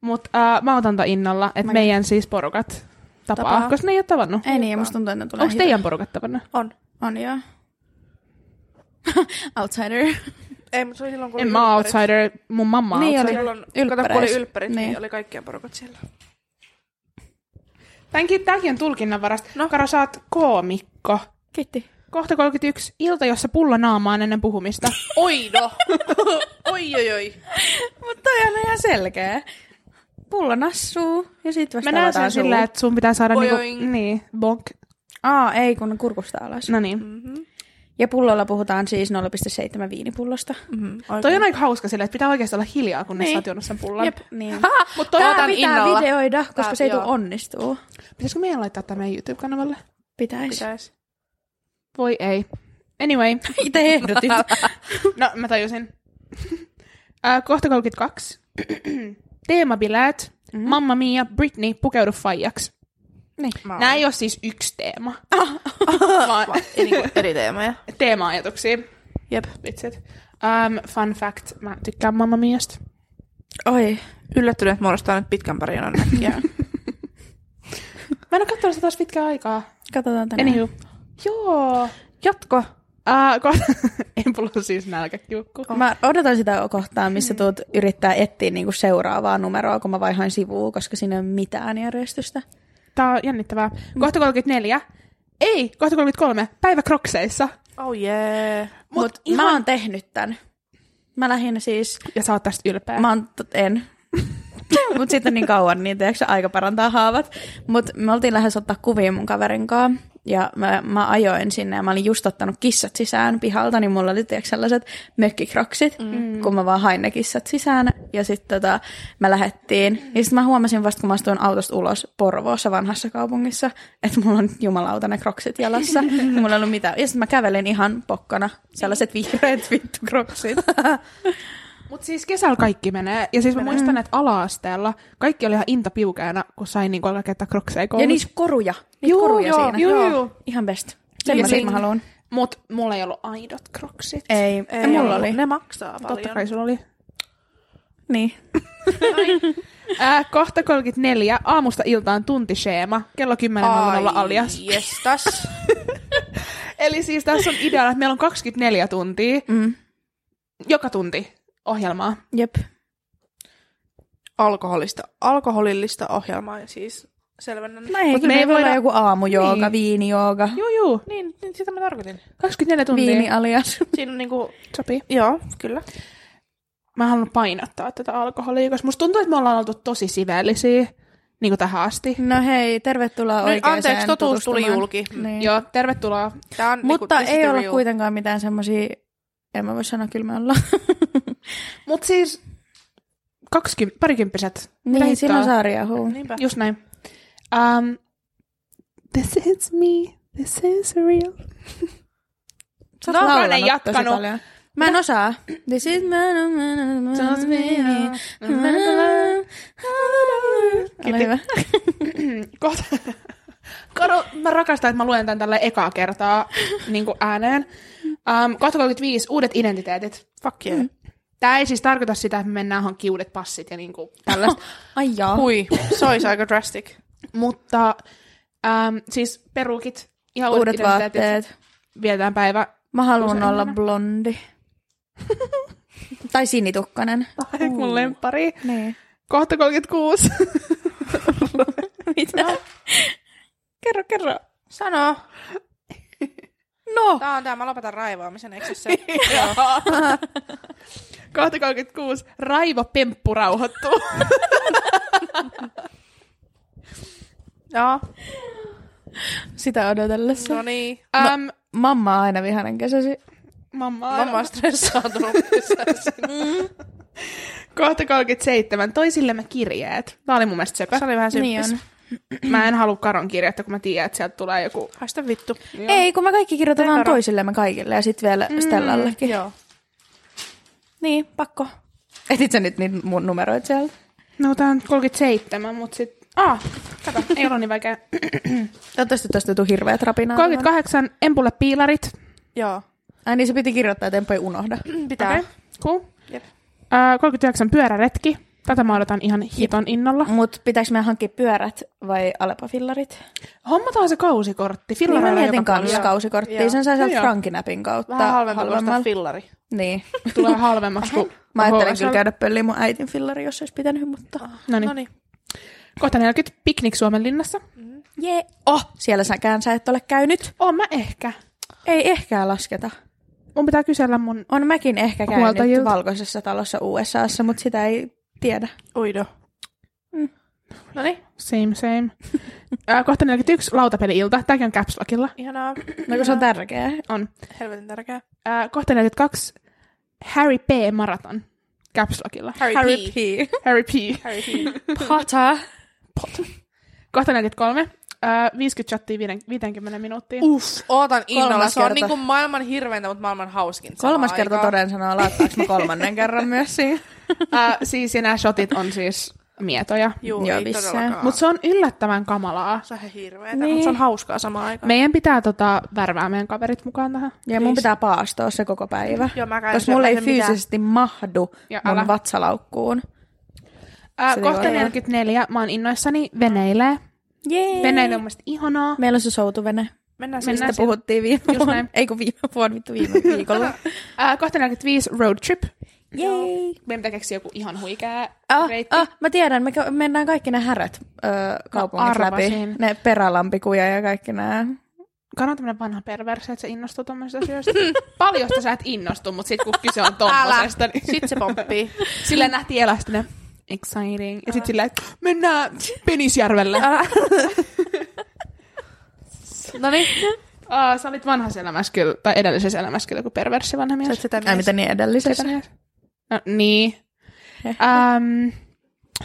Speaker 2: Mutta uh, mä otan tän innolla, että
Speaker 1: Mäkin.
Speaker 2: meidän siis porukat tapaa,
Speaker 1: Tapaa.
Speaker 2: koska ne ei ole tavannut.
Speaker 1: Ei niin, musta tuntuu, että ne tulee
Speaker 2: Onko
Speaker 1: hit-
Speaker 2: teidän porukat tavannut?
Speaker 3: On.
Speaker 1: On joo. Outsider.
Speaker 3: Ei, mutta se oli silloin, kun
Speaker 2: En
Speaker 3: oli
Speaker 2: mä oon
Speaker 3: ylppärit.
Speaker 2: outsider, mun mamma on
Speaker 1: Niin
Speaker 2: outsider.
Speaker 1: oli.
Speaker 3: Silloin, kato, kun oli
Speaker 1: Ylppäreissä.
Speaker 3: ylppärit, niin.
Speaker 1: Niin.
Speaker 3: oli kaikkien porukat siellä.
Speaker 2: Tämänkin, tämänkin on tulkinnan varasta. No. Karo, sä oot koomikko.
Speaker 1: Kiitti.
Speaker 2: Kohta 31. Ilta, jossa pulla naamaan ennen puhumista.
Speaker 3: Oi no. oi oi oi.
Speaker 1: Mutta toi on ihan selkeä. Pulla nassuu ja sit vasta
Speaker 2: Mä näen
Speaker 1: avataan
Speaker 2: sen
Speaker 1: suu.
Speaker 2: sillä, että sun pitää saada niinku,
Speaker 3: Boing.
Speaker 2: niin, bonk.
Speaker 1: Aa, ei kun kurkusta alas.
Speaker 2: No niin.
Speaker 3: Mm-hmm.
Speaker 1: Ja pullolla puhutaan siis 0,7 viinipullosta.
Speaker 3: Mm-hmm.
Speaker 2: Toi on aika hauska sillä, että pitää oikeasti olla hiljaa, kunnes
Speaker 1: Niin.
Speaker 2: niin. sä oot juonut sen pullan.
Speaker 1: Jep. Niin.
Speaker 2: Mutta toi
Speaker 1: Tämä
Speaker 3: Odotan
Speaker 1: pitää
Speaker 3: innolla.
Speaker 1: videoida, koska
Speaker 3: Tää-
Speaker 1: se ei tule
Speaker 3: joo.
Speaker 1: onnistuu.
Speaker 2: Pitäisikö meidän laittaa tämä meidän YouTube-kanavalle?
Speaker 1: Pitäisi.
Speaker 3: Pitäis.
Speaker 2: Voi ei. Anyway.
Speaker 1: Itse ehdotit.
Speaker 2: No, mä tajusin. Äh, kohta 32. Teemabileet. Mm-hmm. Mamma Mia, Britney, pukeudu faijaksi.
Speaker 1: niin.
Speaker 3: Mä
Speaker 2: Nämä
Speaker 3: Näin.
Speaker 2: ei ole siis yksi teema, vaan
Speaker 3: Ei niinku eri teemoja.
Speaker 2: teema-ajatuksia.
Speaker 3: Jep.
Speaker 2: Vitsit. Um, fun fact, mä tykkään Mamma Miasta.
Speaker 1: Oi.
Speaker 3: Yllättynyt, että muodostaa nyt pitkän parin on äkkiä.
Speaker 2: Mä en ole katsonut sitä taas pitkään aikaa.
Speaker 1: Katsotaan tänään.
Speaker 2: Anywho. Joo.
Speaker 3: Jatko.
Speaker 2: Uh, kohta. en mulla ole siis nälkäkiukku.
Speaker 1: Oh. Mä odotan sitä kohtaa,
Speaker 3: Mm.
Speaker 1: missä tuut yrittää etsiä niinku seuraavaa numeroa, kun mä vaihoin sivua, koska siinä ei ole mitään järjestystä.
Speaker 2: Tää on jännittävää. Kohta 34. Ei, kohta 33. Päivä krokseissa.
Speaker 3: Oh yeah.
Speaker 1: Mut, Mut ihan... mä oon tehnyt tän. Mä lähinnä siis,
Speaker 2: Ja sä oot tästä ylpeä.
Speaker 1: mä oon, t- en. Mut sitten niin kauan, niin tiedätkö, aika parantaa haavat. Mut me oltiin lähes ottaa kuvia mun kaverin kanssa. Ja mä, mä ajoin sinne ja mä olin just ottanut kissat sisään pihalta, niin mulla oli tiedätkö, sellaiset mökkikroksit, mm. kun mä vaan hain ne kissat sisään. Ja sitten tota, me lähettiin. Ja sitten mä huomasin vasta, kun mä astuin autosta ulos Porvoossa vanhassa kaupungissa, että mulla on jumalauta ne kroksit jalassa. mulla ei ollut mitään. Ja sitten mä kävelin ihan pokkana sellaiset vihreät vittu kroksit.
Speaker 2: Mut siis kesällä kaikki menee. Ja siis mä muistan, että ala-asteella kaikki oli ihan intapiukeena, kun sai niinku alkaa käyttää krokseja koulussa.
Speaker 1: Ja niissä koruja. Niitä
Speaker 2: Juu,
Speaker 1: koruja
Speaker 2: joo,
Speaker 1: siinä.
Speaker 2: juu, juu.
Speaker 1: Ihan best. Sellaiset
Speaker 2: sit-
Speaker 1: mä haluan.
Speaker 2: Mut mulla ei ollut aidot kroksit.
Speaker 1: Ei, ei mulla oli.
Speaker 3: Ne maksaa paljon.
Speaker 2: Totta kai sulla oli.
Speaker 1: Niin.
Speaker 2: Äh, kohta 34. Aamusta iltaan tuntiseema. Kello 10.00 alias.
Speaker 3: Jestas.
Speaker 2: Eli siis tässä on ideana, että meillä on 24 tuntia
Speaker 1: Mm.
Speaker 2: joka tunti ohjelmaa.
Speaker 1: Jep.
Speaker 3: Alkoholista, alkoholillista ohjelmaa ja siis selvennän.
Speaker 1: No ei,
Speaker 2: Mut
Speaker 1: kyllä me
Speaker 2: me ei
Speaker 1: ei voi olla
Speaker 2: voida-
Speaker 1: joku aamujooga,
Speaker 2: Niin.
Speaker 1: niin. viinijooga,
Speaker 2: Juu, juu.
Speaker 3: Niin, niin, sitä mä tarkoitin.
Speaker 2: 24 tuntia.
Speaker 1: viini alias.
Speaker 3: Siinä on niinku,
Speaker 2: Sopii.
Speaker 3: joo, kyllä.
Speaker 2: Mä haluan painottaa tätä alkoholia, koska musta tuntuu, että me ollaan oltu tosi sivellisiä niin kuin tähän asti.
Speaker 1: No hei, tervetuloa
Speaker 3: Nyt
Speaker 1: oikeaan
Speaker 3: anteeksi, totuus tuli
Speaker 1: tutustumaan.
Speaker 3: julki.
Speaker 1: Niin.
Speaker 2: Joo, tervetuloa.
Speaker 3: Tää on
Speaker 1: Mutta
Speaker 3: niinku,
Speaker 1: ei olla
Speaker 3: real.
Speaker 1: kuitenkaan mitään semmoisia, en mä voi sanoa, kyllä me ollaan.
Speaker 2: Mut siis 20, parikymppiset. Mitä hittoa?
Speaker 1: niin, silloin saa riehua.
Speaker 3: Niinpä.
Speaker 2: Just näin. Um, this is me. This is real.
Speaker 1: Sä oot
Speaker 2: No,
Speaker 1: laulanut
Speaker 2: mä en
Speaker 1: tosi
Speaker 2: jatkanut.
Speaker 1: paljon. Mä en osaa. This is
Speaker 2: Just me.
Speaker 1: Ole hyvä.
Speaker 2: Kohta. Karo, mä rakastan, että mä luen tämän tällä ekaa kertaa niin ääneen. Um, kohta 35, uudet identiteetit.
Speaker 3: Fuck yeah.
Speaker 2: Tämä ei siis tarkoita sitä, että me mennään hankkimaan uudet passit ja niin kuin tällaista.
Speaker 1: Ai jaa.
Speaker 3: Hui, se olisi aika drastic.
Speaker 2: Mutta um, siis perukit ja uudet,
Speaker 1: Uudet
Speaker 2: identiteetit.
Speaker 1: vaatteet.
Speaker 2: Vietään päivä.
Speaker 1: Mä haluan
Speaker 2: Usein
Speaker 1: olla
Speaker 2: aina.
Speaker 1: blondi. tai sinitukkanen.
Speaker 2: Ai, mun lemppari.
Speaker 1: Niin.
Speaker 2: Kohta 36.
Speaker 1: Mitä? kerro, kerro.
Speaker 3: Sano.
Speaker 1: No.
Speaker 3: Tää on tää, mä lopetan raivaamisen, eikö se se?
Speaker 2: kohta 36. Raivo Pemppu rauhoittuu.
Speaker 3: Joo.
Speaker 2: No.
Speaker 1: Sitä odotellessa.
Speaker 3: No niin.
Speaker 2: Um,
Speaker 1: Mamma on aina vihainen kesäsi.
Speaker 2: mamma.
Speaker 3: Mamma on stressaantunut kesäisin.
Speaker 2: Kohta 37. Toisillemme kirjeet. Tää oli mun mielestä sepä.
Speaker 3: Se oli vähän
Speaker 1: Niin
Speaker 3: symppis.
Speaker 1: on.
Speaker 2: Mä en halua karon kirjettä, kun mä tiedän, että sieltä tulee joku...
Speaker 3: Haista vittu.
Speaker 1: Ei, kun me kaikki kirjoitetaan
Speaker 3: Ei
Speaker 1: vaan
Speaker 3: karo.
Speaker 1: toisillemme kaikille ja sitten vielä mm. Stellallekin.
Speaker 3: Joo.
Speaker 1: Niin, pakko. Etit sä nyt niitä mun numeroit sieltä?
Speaker 2: No tää on 37, mut sit... Ah, kato, ei ollut niin vaikea.
Speaker 1: No, Toivottavasti tästä tuu hirveät rapinaa.
Speaker 2: 38. Empulle piilarit.
Speaker 3: Joo.
Speaker 1: Ai niin, se piti kirjoittaa, että enpä unohda.
Speaker 3: Pitää.
Speaker 2: Okei, cool.
Speaker 3: Jep.
Speaker 2: Äh, 39. Pyöräretki. Tätä mä odotan ihan hiton innolla.
Speaker 1: Mut pitääkö meidän hankkia pyörät vai alepafillarit?
Speaker 2: Hommataan se kausikortti.
Speaker 1: Niin mä
Speaker 2: Fillareilla
Speaker 1: mietin
Speaker 2: joka
Speaker 1: kanssa
Speaker 2: kanssa.
Speaker 1: kausikorttia.
Speaker 3: Joo.
Speaker 1: Sen sai
Speaker 2: Joo,
Speaker 1: sieltä
Speaker 2: joo.
Speaker 1: Frankinäpin kautta.
Speaker 3: Vähän halvempi kuin ostaa
Speaker 1: halvemmalla.
Speaker 3: fillari.
Speaker 1: Niin.
Speaker 2: Tulee halvemmaksi kuin...
Speaker 1: Mä ajattelin
Speaker 2: HSL.
Speaker 1: kyllä käydä pölliin mun äitin fillari, jos olisi pitänyt, mutta...
Speaker 2: Noniin.
Speaker 3: Noniin.
Speaker 2: Kohta 40. Piknik Suomen linnassa.
Speaker 1: Jee. Oh, siellä säkään sä et ole käynyt.
Speaker 2: Oon mä ehkä.
Speaker 1: Ei ehkään lasketa.
Speaker 2: Mun pitää kysellä mun...
Speaker 1: On mäkin ehkä käynyt
Speaker 2: Huoltajilta.
Speaker 1: valkoisessa talossa USAssa, mutta sitä ei tiedä.
Speaker 3: Uido. No niin,
Speaker 2: Same, same. Ö, Kohta 41, lautapeli-ilta. Tämäkin on Caps Lockilla.
Speaker 3: ihanaa.
Speaker 1: No kun se on tärkeää.
Speaker 2: On.
Speaker 3: Helvetin tärkeää.
Speaker 2: Ö, Äh, Kohta 42, Harry P. Marathon. Caps Lockilla.
Speaker 3: Harry, Harry P.
Speaker 1: P.
Speaker 2: Harry P.
Speaker 3: Harry P.
Speaker 1: Potter.
Speaker 2: Kohta 43. Ö, 50 chattia viiden- 50 minuuttia.
Speaker 1: Uff.
Speaker 3: Ootan innolla.
Speaker 1: Kolmas
Speaker 3: Se on
Speaker 1: kerta.
Speaker 3: niinku maailman hirveintä, mutta maailman hauskin. samaan
Speaker 1: Kolmas kerta
Speaker 3: aikaan.
Speaker 1: toden sanoo, laittaako mä kolmannen kerran myös siihen.
Speaker 2: Ö, siis ja nämä shotit on siis mietoja.
Speaker 3: Juu,
Speaker 1: Joo,
Speaker 3: Joo, ei
Speaker 1: missään.
Speaker 3: todellakaan.
Speaker 2: Mutta se on yllättävän kamalaa.
Speaker 3: Se on ihan hirveetä, niin. mutta
Speaker 1: Niin.
Speaker 3: se on hauskaa samaan aikaan.
Speaker 2: Meidän pitää tota, värvää meidän kaverit mukaan tähän.
Speaker 1: Ja mun pitää paastoa se koko päivä.
Speaker 3: Joo, mä käyn
Speaker 1: Koska mulla ei
Speaker 3: syömässä mitään.
Speaker 1: fyysisesti mahdu
Speaker 2: Ja
Speaker 1: mun
Speaker 2: älä.
Speaker 1: vatsalaukkuun.
Speaker 2: Ää,
Speaker 1: Se
Speaker 2: Äh, kohta
Speaker 1: oli-
Speaker 2: 44. Mä oon innoissani veneilee.
Speaker 1: Jee.
Speaker 2: Veneily on mun mielestä ihanaa.
Speaker 1: Meillä on se soutuvene.
Speaker 3: Mennään siis.
Speaker 1: Mistä
Speaker 2: Mennään
Speaker 1: Näin
Speaker 2: siihen.
Speaker 1: puhuttiin viime
Speaker 2: Just
Speaker 1: vuonna.
Speaker 2: näin.
Speaker 1: Ei kun viime vuonna, vittu viime viikolla.
Speaker 2: Ää, Äh, kohta 45. Road trip.
Speaker 1: Jei.
Speaker 2: Meidän pitää keksiä joku ihan huikea
Speaker 1: Ah,
Speaker 2: reitti. No,
Speaker 1: ah, mä tiedän, me kä- mennään kaikki ne härät ö, kaupungit läpi.
Speaker 2: arvasin.
Speaker 1: Ne perälampikuja ja kaikki nämä.
Speaker 2: Kana on tämmönen vanha perverse, että se innostuu tommosista asioista. Paljosta sä et innostu, mutta sit kun kyse on tommosesta, niin
Speaker 3: Sitten se pomppii.
Speaker 2: sillä nähtiin elastinen. Exciting. Ja sit sillä, että mennään Penisjärvelle.
Speaker 1: Ah.
Speaker 3: No niin.
Speaker 2: Ah, sä olit vanhassa elämässä kyllä, tai edellisessä elämässä kyllä, kun perversi vanha mies.
Speaker 3: Sä oot sitä
Speaker 1: Ai
Speaker 3: mies.
Speaker 1: mitä niin edellisessä.
Speaker 2: Ketä ne? No, niin. Äm,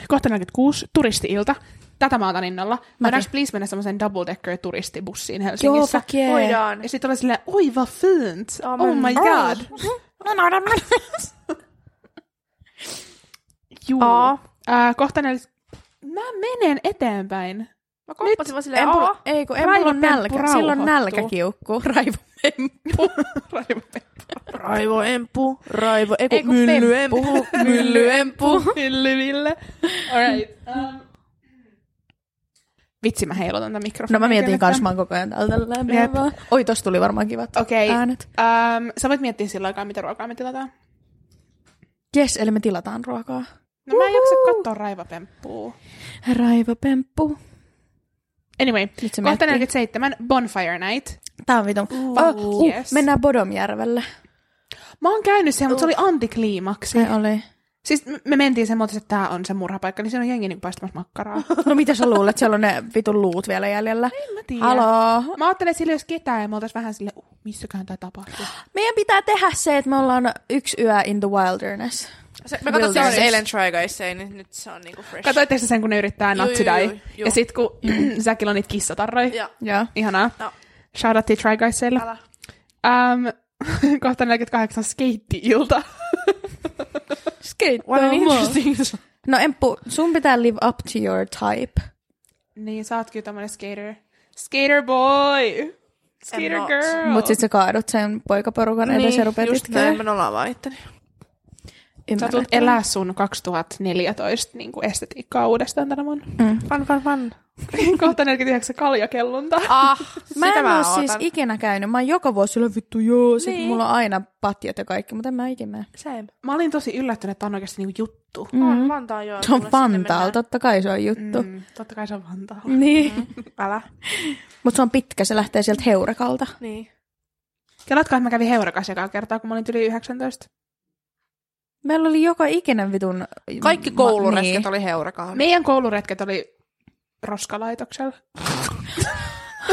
Speaker 2: kohta 46, turisti-ilta. Tätä mä otan innolla. Voidaanko please mennä semmoisen double-decker turistibussiin
Speaker 1: Joo,
Speaker 2: Helsingissä?
Speaker 1: fuck yeah.
Speaker 3: Voidaan.
Speaker 2: ja sitten oli silleen, oi vad fint! Oh,
Speaker 3: Oh,
Speaker 2: my
Speaker 3: men-
Speaker 2: god! Juu.
Speaker 3: Aa.
Speaker 2: Äh, kohta 40... Mä menen eteenpäin.
Speaker 3: Mä komppasin vaan silleen,
Speaker 1: En pul-
Speaker 3: aa.
Speaker 1: ei kun ei
Speaker 2: Raivopemppu
Speaker 1: mulla on nälkä. Silloin
Speaker 2: rauhoittuu.
Speaker 1: nälkäkiukku. Raivopemppu.
Speaker 3: Raivo empu, raivo, ei
Speaker 1: Ei
Speaker 3: kun
Speaker 1: kun
Speaker 3: mylly empu, mylly empu.
Speaker 2: Pillyville. Alright. Um. Vitsi, mä heilutan tämän mikrofonin.
Speaker 1: No mä mietin
Speaker 2: Kyllä,
Speaker 1: kans, mä oon koko ajan täällä tällä
Speaker 2: Jep.
Speaker 1: vaan. Oi, tossa tuli varmaan kivat
Speaker 2: Okei.
Speaker 1: äänet.
Speaker 2: Ähm, sä voit miettiä sillä aikaa, mitä ruokaa me tilataan.
Speaker 1: Jes, eli me tilataan ruokaa.
Speaker 2: No mä en jaksa katsoa raivapemppua.
Speaker 1: Raivopemppu.
Speaker 2: Anyway,
Speaker 1: Nyt se
Speaker 2: kohta
Speaker 1: miettii.
Speaker 2: 47, Bonfire Night.
Speaker 1: Tää on vitun. Oh, uh,
Speaker 2: yes.
Speaker 1: Mennään Bodomjärvelle.
Speaker 2: Mä oon käynyt sen, mutta se oli antikliimaksi.
Speaker 1: Se oli.
Speaker 2: Siis me- me mentiin sen muotoisesti, että tää on se murhapaikka, niin siinä on jengi niin paistamassa makkaraa.
Speaker 1: No mitä sä luulet? Siellä on ne vitun luut vielä jäljellä.
Speaker 2: en mä tiedä.
Speaker 1: Haloo.
Speaker 2: Mä ajattelen, että sillä ei olisi ketään ja mä oltais vähän sille, uh, missäköhän tää tapahtuu.
Speaker 1: Meidän pitää tehdä se, että me ollaan yksi yö in the wilderness.
Speaker 3: Se, me katsottiin
Speaker 1: Wilderness.
Speaker 3: siis eilen Try Guys, ei, niin nyt se on niinku fresh.
Speaker 2: Katoitteko te sen, kun ne yrittää not
Speaker 3: Joo,
Speaker 2: to
Speaker 3: joo,
Speaker 2: die?
Speaker 3: joo, joo.
Speaker 2: Ja sit kun säkin on niitä kissatarroja.
Speaker 3: Ja,
Speaker 1: Joo.
Speaker 2: Ihanaa.
Speaker 3: No.
Speaker 2: Shout out to Try Guysille.
Speaker 3: älä.
Speaker 2: Um, kohta 48 skeitti-ilta.
Speaker 1: Skate.
Speaker 3: What an interesting.
Speaker 1: No Emppu, sun pitää live up to your type.
Speaker 2: Niin, sä oot kyllä tämmönen skater. Skater boy! Skater
Speaker 3: not.
Speaker 2: girl!
Speaker 1: Mut sit sä kaadut sen poikaporukan niin, edes ja rupeat
Speaker 3: just
Speaker 1: itkemään.
Speaker 3: näin, mä nolaan vaan itteni.
Speaker 2: Sä tulet
Speaker 1: Ymmärrän.
Speaker 2: elää sun 2014 niin kuin estetiikkaa uudestaan tänä vuonna.
Speaker 1: Mm.
Speaker 3: Fan, fan, fan.
Speaker 2: Kohta 49 kaljakellunta.
Speaker 3: Ah,
Speaker 1: Mä
Speaker 3: sitä
Speaker 1: en
Speaker 3: mä
Speaker 1: oo
Speaker 3: ootan.
Speaker 1: siis ikinä käynyt. Mä oon joka vuosi sillä vittu joo, sit mulla on aina patjat ja kaikki, mutta en mä ikinä mene.
Speaker 3: Same.
Speaker 2: Mä olin tosi yllättynyt, että tää on oikeasti niin kuin juttu.
Speaker 1: Mm.
Speaker 3: On Vantaa joo.
Speaker 1: Se on
Speaker 3: kyllä sinne
Speaker 1: Vantaalla, totta kai se on juttu.
Speaker 2: Mm, totta kai se on Vantaa.
Speaker 1: Mm. Niin.
Speaker 3: mennään. Älä.
Speaker 1: Mut se on pitkä, se lähtee sieltä Heurakalta.
Speaker 3: Niin.
Speaker 2: Kelatkaa, että mä kävin Heurakas joka kertaa, kun mä olin yli 19.
Speaker 1: Meillä oli joka ikinen vitun... ma-
Speaker 3: Kaikki
Speaker 1: niin.
Speaker 3: kouluretket oli heurakaan.
Speaker 2: Meidän kouluretket oli roskalaitoksella.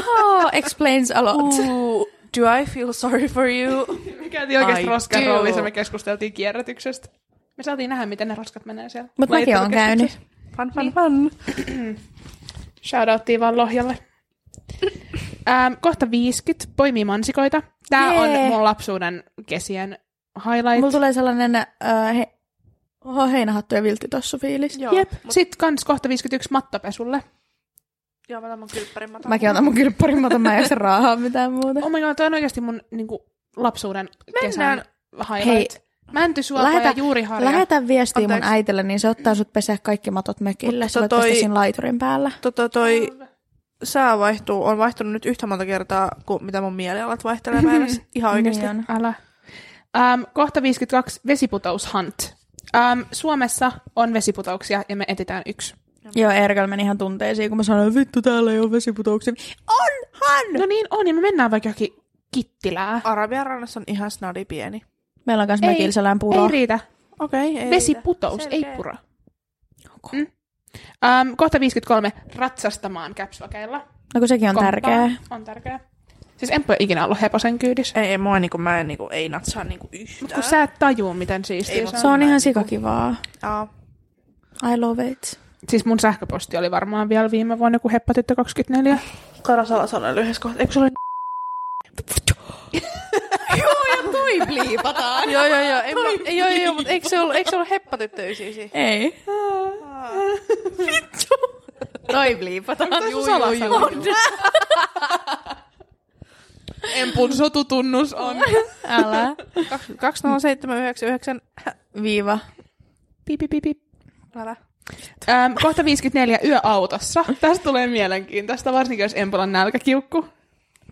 Speaker 1: Oh, explains a lot.
Speaker 3: Ooh, do I feel sorry for you?
Speaker 2: Me käytiin oikeasti
Speaker 3: Ai
Speaker 2: roskan
Speaker 3: joo.
Speaker 2: roolissa, me keskusteltiin kierrätyksestä. Me saatiin nähdä, miten ne roskat menee siellä.
Speaker 1: Mut mäkin oon käynyt.
Speaker 3: Fan, fan, fan.
Speaker 2: Shoutouttiin vaan Lohjalle. Ähm, kohta 50, poimii mansikoita. Tää on
Speaker 1: Jee.
Speaker 2: mun lapsuuden kesien highlight.
Speaker 1: Mulla tulee sellainen äh, he... Oho, heinähattu ja vilttitossu fiilis.
Speaker 3: Joo,
Speaker 2: Jep.
Speaker 3: mut-
Speaker 2: Sitten kans kohta 51 mattopesulle.
Speaker 3: Joo, mä otan mun kylppärin, mä otan.
Speaker 1: Mäkin otan mun kylpparin, mä otan, mä en jaksa raahaa mitään muuta.
Speaker 2: Oh my god, toi on oikeasti mun niinku, lapsuuden
Speaker 3: Mennään.
Speaker 2: kesän highlight. Mänty suopa ja
Speaker 1: Lähetä-
Speaker 2: juuriharja.
Speaker 1: Lähetä viestiä mun
Speaker 3: Anteeksi.
Speaker 1: äitille, niin se ottaa sut pesää kaikki matot mökille.
Speaker 3: Mutta
Speaker 1: Sä voit
Speaker 3: toi-
Speaker 1: pestä siinä laiturin päällä.
Speaker 3: Tota toi sää vaihtuu, on vaihtunut nyt yhtä monta kertaa kuin mitä mun mielialat vaihtelee päivässä. Ihan oikeasti.
Speaker 1: Niin on.
Speaker 2: Älä. Ähm, kohta 52, vesiputoushunt. Ähm, Suomessa on vesiputouksia ja me etsitään yksi.
Speaker 1: Joo, Erkel meni ihan tunteisiin, kun mä sanoin, vittu, täällä ei ole vesiputouksia. Onhan!
Speaker 2: No niin on, ja me mennään vaikka johonkin kittilää.
Speaker 3: Arabian rannassa on ihan snadi pieni.
Speaker 1: Meillä on myös
Speaker 2: Ei,
Speaker 1: mökillä sellainen puro.
Speaker 2: Ei riitä.
Speaker 3: Okei, okay, ei riitä.
Speaker 2: Vesiputous, ei
Speaker 3: Selkeä.
Speaker 2: pura.
Speaker 1: Onko?
Speaker 2: Mm. Um, kohta 53. Ratsastamaan käpsvakeilla.
Speaker 1: No kun sekin on
Speaker 2: Komppaa.
Speaker 1: tärkeää.
Speaker 2: On tärkeää. Siis en ole ikinä ollut heposen kyydissä.
Speaker 3: Ei, ei mua niinku, mä en niinku, ei natsaa niinku yhtään.
Speaker 2: Kun sä et tajuu, miten siistiä
Speaker 3: Ei,
Speaker 2: se
Speaker 3: mut
Speaker 2: on.
Speaker 1: Se on ihan sikakivaa.
Speaker 3: Aa,
Speaker 1: I love it.
Speaker 2: Siis mun sähköposti oli varmaan vielä viime vuonna joku heppatyttö 24.
Speaker 3: Karasala sanoi lyhyessä kohtaa. Eikö se ole
Speaker 1: Toi bliipataan.
Speaker 3: Joo, joo, joo. Ei, mä, joo, joo, mutta eikö se ollut, eikö se ollut heppatyttöysiisi?
Speaker 1: Ei. Toi bliipataan.
Speaker 2: Juu, juu, juu. Empun sotutunnus on.
Speaker 1: Älä.
Speaker 3: 20799.
Speaker 1: Viiva.
Speaker 2: Pip, pip, pip, pip.
Speaker 3: Älä.
Speaker 2: Öm, kohta 54 yöautossa. Tästä tulee mielenkiintoista, varsinkin jos Empolan nälkäkiukku.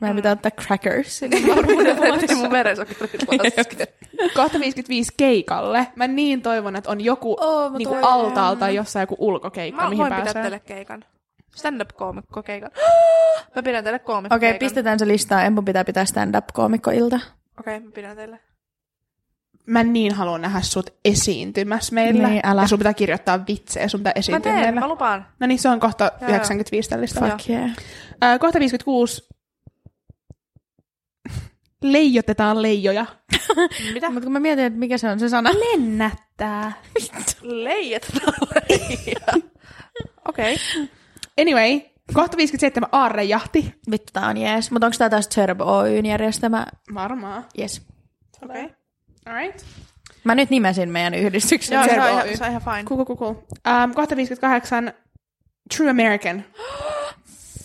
Speaker 1: Meidän pitää ottaa crackers.
Speaker 3: Täytyy mun verensokerit laskea.
Speaker 2: Kohta 55 keikalle. Mä niin toivon, että on joku
Speaker 1: Oo,
Speaker 2: oh,
Speaker 1: mä
Speaker 2: niinku
Speaker 1: toivon.
Speaker 2: altaalla tai jossain joku ulkokeikka,
Speaker 3: Mä
Speaker 2: mihin
Speaker 3: voin
Speaker 2: pääsee.
Speaker 3: pitää teille keikan. Stand-up-koomikko keikan. Mä pidän teille koomikko
Speaker 1: Okei, okay, pistetään se listaan. Empu pitää pitää stand-up-koomikkoilta.
Speaker 3: Okei, okay, mä pidän teille.
Speaker 2: Mä niin haluan nähdä sut esiintymässä meillä.
Speaker 1: Niin, älä.
Speaker 2: Ja sun pitää kirjoittaa vitsejä, sun pitää
Speaker 3: Mä
Speaker 2: esiintyä
Speaker 3: teen,
Speaker 2: meillä.
Speaker 3: mä lupaan.
Speaker 2: No niin, se on kohta
Speaker 3: joo.
Speaker 2: 95 tällä listalla.
Speaker 1: Fuck yeah.
Speaker 2: Ö, kohta 56. Leijotetaan leijoja.
Speaker 1: Mitä? Mutta kun mä mietin, että mikä se on se sana.
Speaker 2: Lennättää.
Speaker 3: Leijät Okei.
Speaker 2: Anyway, kohta 57 aarrejahti.
Speaker 1: Vittu, tää on jees. Mutta onko tää taas Turbo Oyn järjestämä?
Speaker 2: Varmaan.
Speaker 1: Yes.
Speaker 2: Okei. Okay. Alright.
Speaker 1: Mä nyt nimesin meidän yhdistyksen.
Speaker 3: Joo, se
Speaker 2: Terve
Speaker 3: on
Speaker 2: Oy.
Speaker 3: ihan- se on ihan fine.
Speaker 2: Cool, cool, cool. Um, kohta 58. True American.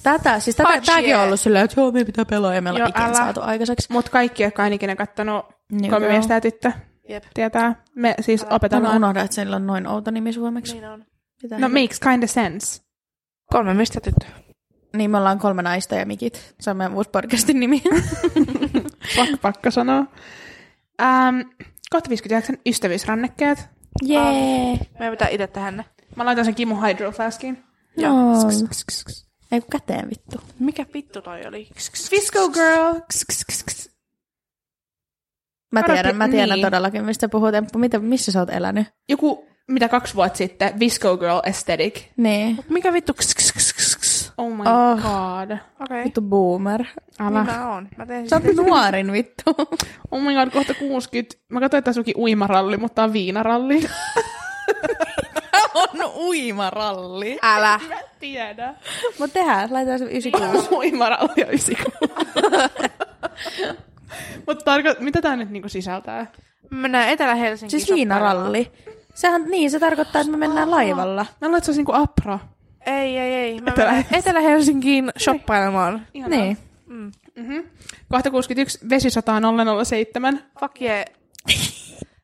Speaker 1: Tätä, siis tätä,
Speaker 3: Fuck
Speaker 1: tääkin
Speaker 3: yeah.
Speaker 1: on ollut silleen, että joo, me pitää pelaa ja meillä
Speaker 2: Joo,
Speaker 1: on ikinä
Speaker 2: älä.
Speaker 1: saatu aikaiseksi.
Speaker 2: Mut kaikki, jotka on ikinä kattonut
Speaker 1: Niin,
Speaker 2: kolme
Speaker 1: joo.
Speaker 2: miestä ja tyttö,
Speaker 3: Jep.
Speaker 2: tietää. Me siis
Speaker 1: Mä
Speaker 2: opetellaan.
Speaker 1: unohdan, että sillä on noin outo nimi suomeksi.
Speaker 3: Niin on.
Speaker 1: Mitä
Speaker 2: No
Speaker 1: helvettiä?
Speaker 2: makes kind of sense.
Speaker 3: Kolme mistä tyttöä.
Speaker 1: Niin, me ollaan kolme naista ja mikit. Se on meidän uusi podcastin nimi.
Speaker 2: Pakko, pakko sanoa. Um, kohta 59. Ystävyysrannekkeet.
Speaker 1: Jee.
Speaker 3: Meidän pitää itse tähän ne.
Speaker 2: Mä laitan sen Kimu Hydroflaskiin.
Speaker 1: Joo. Ei kun käteen vittu.
Speaker 3: Mikä vittu toi oli?
Speaker 2: Fisco Girl.
Speaker 1: Mä
Speaker 2: Kato,
Speaker 1: tiedän, mä tiedän
Speaker 2: niin.
Speaker 1: todellakin, mistä puhut. Emppu, mitä, missä sä oot elänyt?
Speaker 2: Joku, mitä kaksi vuotta sitten, Visco Girl Aesthetic.
Speaker 1: Niin.
Speaker 3: Mikä vittu? Okei.
Speaker 2: Oh my
Speaker 1: Oh.
Speaker 2: god.
Speaker 3: Okay.
Speaker 1: Vittu boomer.
Speaker 2: Älä.
Speaker 3: Niin mä oon. Mä teen
Speaker 1: Sä
Speaker 3: siis
Speaker 1: oot nuorin vittu.
Speaker 2: Oh my god, kohta 60. Mä katsoin, että tässä luki uimaralli, mutta tää on viinaralli.
Speaker 1: on uimaralli.
Speaker 3: Älä.
Speaker 2: Mä en tiedä.
Speaker 1: Mut tehdään, laitetaan se 96.
Speaker 2: uimaralli on 96. mutta tarko- mitä tää nyt niinku sisältää?
Speaker 3: Mennään Etelä-Helsinkiin.
Speaker 1: Siis viinaralli. Sehän, niin, se tarkoittaa, että me mennään laivalla.
Speaker 2: Mä luulen, että se olisi niinku apra.
Speaker 3: Ei, ei, ei. Mä
Speaker 2: Etelä-
Speaker 3: menen Etelä-Helsinkiin shoppailemaan.
Speaker 2: Ihanaa.
Speaker 1: Niin.
Speaker 2: Mhm. Kohta 61. Vesisataan 007.
Speaker 3: Fuck yeah.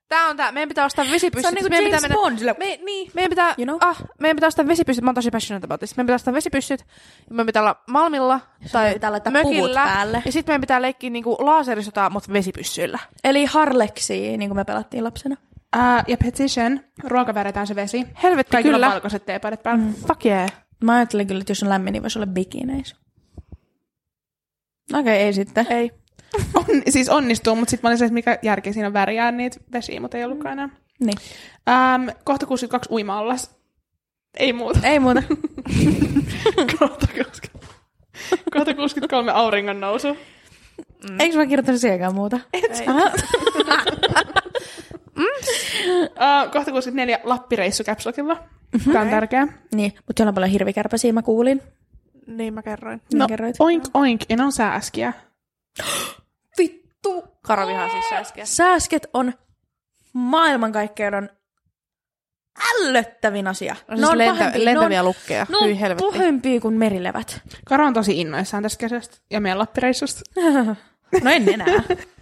Speaker 3: Tää on tää. Meidän pitää ostaa vesipyssyt.
Speaker 1: Se on niinku
Speaker 3: meidän
Speaker 1: James
Speaker 3: pitää mennä-
Speaker 1: Bond, sillä-
Speaker 3: Me, niin. Meidän pitää,
Speaker 1: You
Speaker 3: you
Speaker 1: know?
Speaker 3: know? ah, meidän pitää ostaa vesipyssyt. Mä oon tosi passionate about this. Meidän pitää ostaa vesipyssyt. Ja meidän pitää olla Malmilla tai
Speaker 1: pitää laittaa puvut
Speaker 3: mökillä.
Speaker 1: päälle.
Speaker 3: Ja sit meidän pitää leikkiä niinku laaserisotaa, mutta vesipyssyillä.
Speaker 1: Eli harleksi, niin kuin me pelattiin lapsena.
Speaker 2: Ää, ja petition. Ruoka värjätään se vesi.
Speaker 3: Helvetti,
Speaker 2: Kaikilla
Speaker 3: kyllä.
Speaker 2: on valkoiset teepaidat päällä. Mm.
Speaker 3: Fuck yeah.
Speaker 1: Mä ajattelin kyllä, että jos on lämmin, niin voisi olla bikineissä. Okei, okay, ei sitten.
Speaker 3: Ei.
Speaker 2: On, siis onnistuu, mutta sitten mä olin se, että mikä järki siinä on värjää niitä vesiä, mutta ei ollutkaan enää.
Speaker 1: Niin.
Speaker 2: Ähm, kohta 62 uima-allas. Ei muuta.
Speaker 1: Ei muuta.
Speaker 3: Mm.
Speaker 2: kohta, 60. kohta 63 auringon nousu.
Speaker 1: Eikö mä kirjoittanut siihenkään muuta?
Speaker 3: Ei.
Speaker 2: Äh, kohta 64 Lappireissu Capsulokilla. Tämä on tärkeä.
Speaker 1: Niin, mutta siellä on paljon hirvikärpäsiä, mä kuulin.
Speaker 3: Niin mä kerroin.
Speaker 1: No,
Speaker 2: No,
Speaker 1: kerroit.
Speaker 2: oink oink, en on sääskiä.
Speaker 1: Vittu!
Speaker 3: Karvihan siis äsken.
Speaker 1: Sääsket on maailmankaikkeuden ällöttävin asia.
Speaker 3: No siis lentä, lentäviä
Speaker 1: ne on,
Speaker 3: lukkeja.
Speaker 1: ne on
Speaker 3: Hyi helvetti.
Speaker 1: pahempia kuin merilevät.
Speaker 2: Karo on tosi innoissaan tästä kesästä ja meidän Lappireissusta.
Speaker 1: No en enää.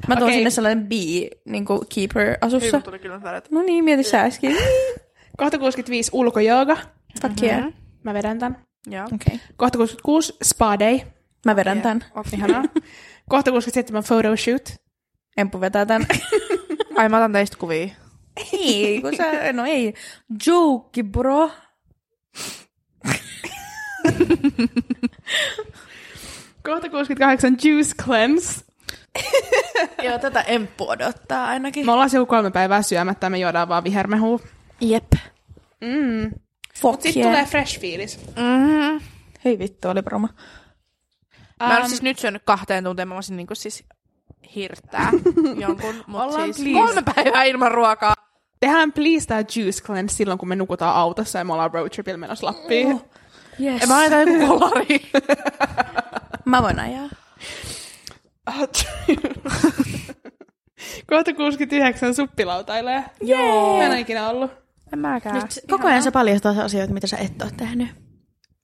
Speaker 1: Mä tuon
Speaker 2: Okei.
Speaker 1: sinne sellainen bee, niin kuin keeper
Speaker 3: Hyvin
Speaker 1: asussa.
Speaker 3: tuli kyllä väret.
Speaker 1: No niin, mieti sä äsken.
Speaker 3: Mm-hmm.
Speaker 2: Kohta 65 ulkojooga.
Speaker 1: Fuck yeah. Okei.
Speaker 2: Mä vedän tämän.
Speaker 3: Mm-hmm. Joo.
Speaker 1: Okay.
Speaker 2: Kohta 66 Spa Day.
Speaker 1: Mä vedän tän.
Speaker 2: Ihanaa. kohta 67 Photoshoot.
Speaker 1: Empu vetää tän.
Speaker 3: Ai mä otan teistä kuvia.
Speaker 1: ei, kun sä, no ei. Joke, bro.
Speaker 2: Kohta 68 Juice Cleanse.
Speaker 1: Joo, tätä Emppu odottaa ainakin.
Speaker 2: Me ollaan se joku kolme päivää syömättä ja me juodaan vaan vihermehua.
Speaker 1: Jep.
Speaker 2: Mm.
Speaker 1: Fuck
Speaker 2: Mut sit
Speaker 1: yeah.
Speaker 2: tulee fresh fiilis.
Speaker 3: Mm-hmm.
Speaker 1: Hei vittu, oli promo.
Speaker 3: Mä
Speaker 2: Um,
Speaker 3: en siis nyt syönyt kahteen tunteen, mä voisin niinku siis hirttää jonkun, mutta
Speaker 2: Ollaan
Speaker 3: siis
Speaker 2: please.
Speaker 3: kolme päivää ilman ruokaa.
Speaker 2: Tehdään please tää juice cleanse silloin, kun me nukutaan autossa ja me ollaan road tripillä menossa Lappiin. Oh.
Speaker 1: Yes.
Speaker 3: En mä aina joku kolari.
Speaker 1: Mä voin ajaa.
Speaker 2: Kohta 69 suppilautailee.
Speaker 1: Joo.
Speaker 2: Mä en ole ikinä ollut.
Speaker 3: en mäkään.
Speaker 1: Nyt Äh, koko ajan sä paljastaa se asioita, mitä sä et ole tehnyt.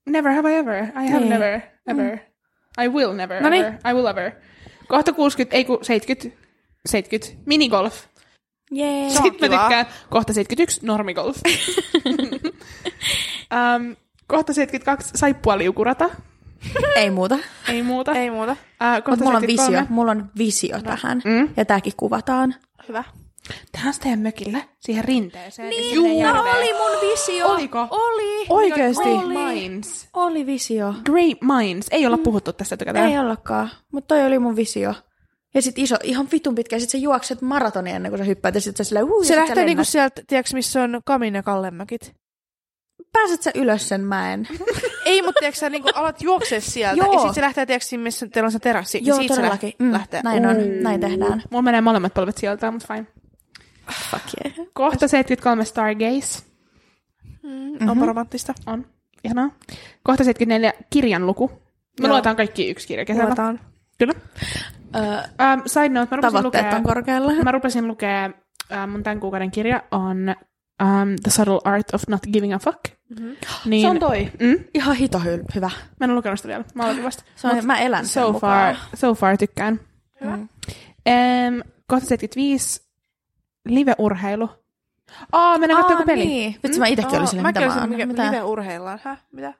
Speaker 2: Never have I ever. I have
Speaker 1: Niin.
Speaker 2: never ever. I will never
Speaker 3: Noniin.
Speaker 2: ever. I will ever. Kohta 60, ei kun 70. 70. Minigolf.
Speaker 1: Jee.
Speaker 3: Se on
Speaker 2: Sitten mä
Speaker 3: kivaa.
Speaker 2: tykkään kohta 71 normigolf. um, kohta 72 saippualiukurata.
Speaker 1: Ei muuta.
Speaker 2: Ei muuta.
Speaker 3: Ei muuta.
Speaker 2: Uh, kohta
Speaker 1: Mutta mulla on
Speaker 2: 73.
Speaker 1: visio. Mulla on visio tähän.
Speaker 2: Mm.
Speaker 1: Ja tääkin kuvataan.
Speaker 3: Hyvä.
Speaker 2: Tähän sitä mökille, siihen rinteeseen. ja sinne
Speaker 1: Juu.
Speaker 2: järveen.
Speaker 1: mun visio.
Speaker 2: Oliko?
Speaker 1: Niin, no Oli.
Speaker 2: Oikeesti?
Speaker 1: Oli.
Speaker 2: Great minds.
Speaker 1: Oli visio.
Speaker 2: Great minds. Ei olla puhuttu tästä etukäteen.
Speaker 1: Ei ollakaan, mutta toi oli mun visio. Ja sit iso, ihan vitun pitkä, ja sit sä juokset maratonia ennen kuin sä hyppäät, ja sit sä sillä uu, ja
Speaker 3: Se
Speaker 1: sit sä
Speaker 3: lähtee niinku
Speaker 1: lennät.
Speaker 3: sieltä, tiedätkö missä on Kamin ja Kallemäkit?
Speaker 1: Pääset sä ylös sen mäen.
Speaker 3: Ei, mutta tiedätkö sä niinku alat juoksee sieltä.
Speaker 1: Joo.
Speaker 3: Ja sit se lähtee, tiedätkö sinne, missä teillä on se terassi. niin
Speaker 1: Joo,
Speaker 3: siitä se
Speaker 1: todellakin. Mm,
Speaker 3: lähtee- lähtee.
Speaker 1: Näin on, näin tehdään.
Speaker 2: Mulla menee molemmat polvet sieltä, mutta fine.
Speaker 1: Fuck yeah.
Speaker 2: Kohta 73 Stargaze.
Speaker 1: Mm-hmm.
Speaker 3: Mm,
Speaker 1: Mhm.
Speaker 3: Onpa romanttista.
Speaker 2: On. Ihanaa. Kohta 74 kirjan luku. Me
Speaker 1: Joo.
Speaker 2: luetaan kaikki yksi kirja kesällä.
Speaker 3: Luetaan.
Speaker 2: Kyllä.
Speaker 1: Ö,
Speaker 2: Um, side note, mä rupesin
Speaker 1: tavoitteet
Speaker 2: lukea,
Speaker 1: on korkealla.
Speaker 2: mä rupesin lukea uh, mun tämän kuukauden kirja on um, The Subtle Art of Not Giving a Fuck. Niin,
Speaker 1: Mhm. Se on toi.
Speaker 2: Mm,
Speaker 1: Ihan hito hyl- hyvä.
Speaker 2: mä en ole lukenut sitä vielä. Mä olen vasta.
Speaker 1: Se on,
Speaker 2: Mut
Speaker 1: mä elän sen
Speaker 2: so far,
Speaker 1: mukaan.
Speaker 2: so far tykkään.
Speaker 1: Mm.
Speaker 2: Um, kohta 75 live-urheilu. Aa, mennään katsomaan joku peli.
Speaker 1: Niin. Vitsi, mä itekin olin
Speaker 3: Joo,
Speaker 1: silleen,
Speaker 3: mäkin
Speaker 1: mitä mä
Speaker 3: olisin,
Speaker 1: oon.
Speaker 3: mikä-
Speaker 1: Mitä?
Speaker 3: Live urheillaan. Häh? Mitä?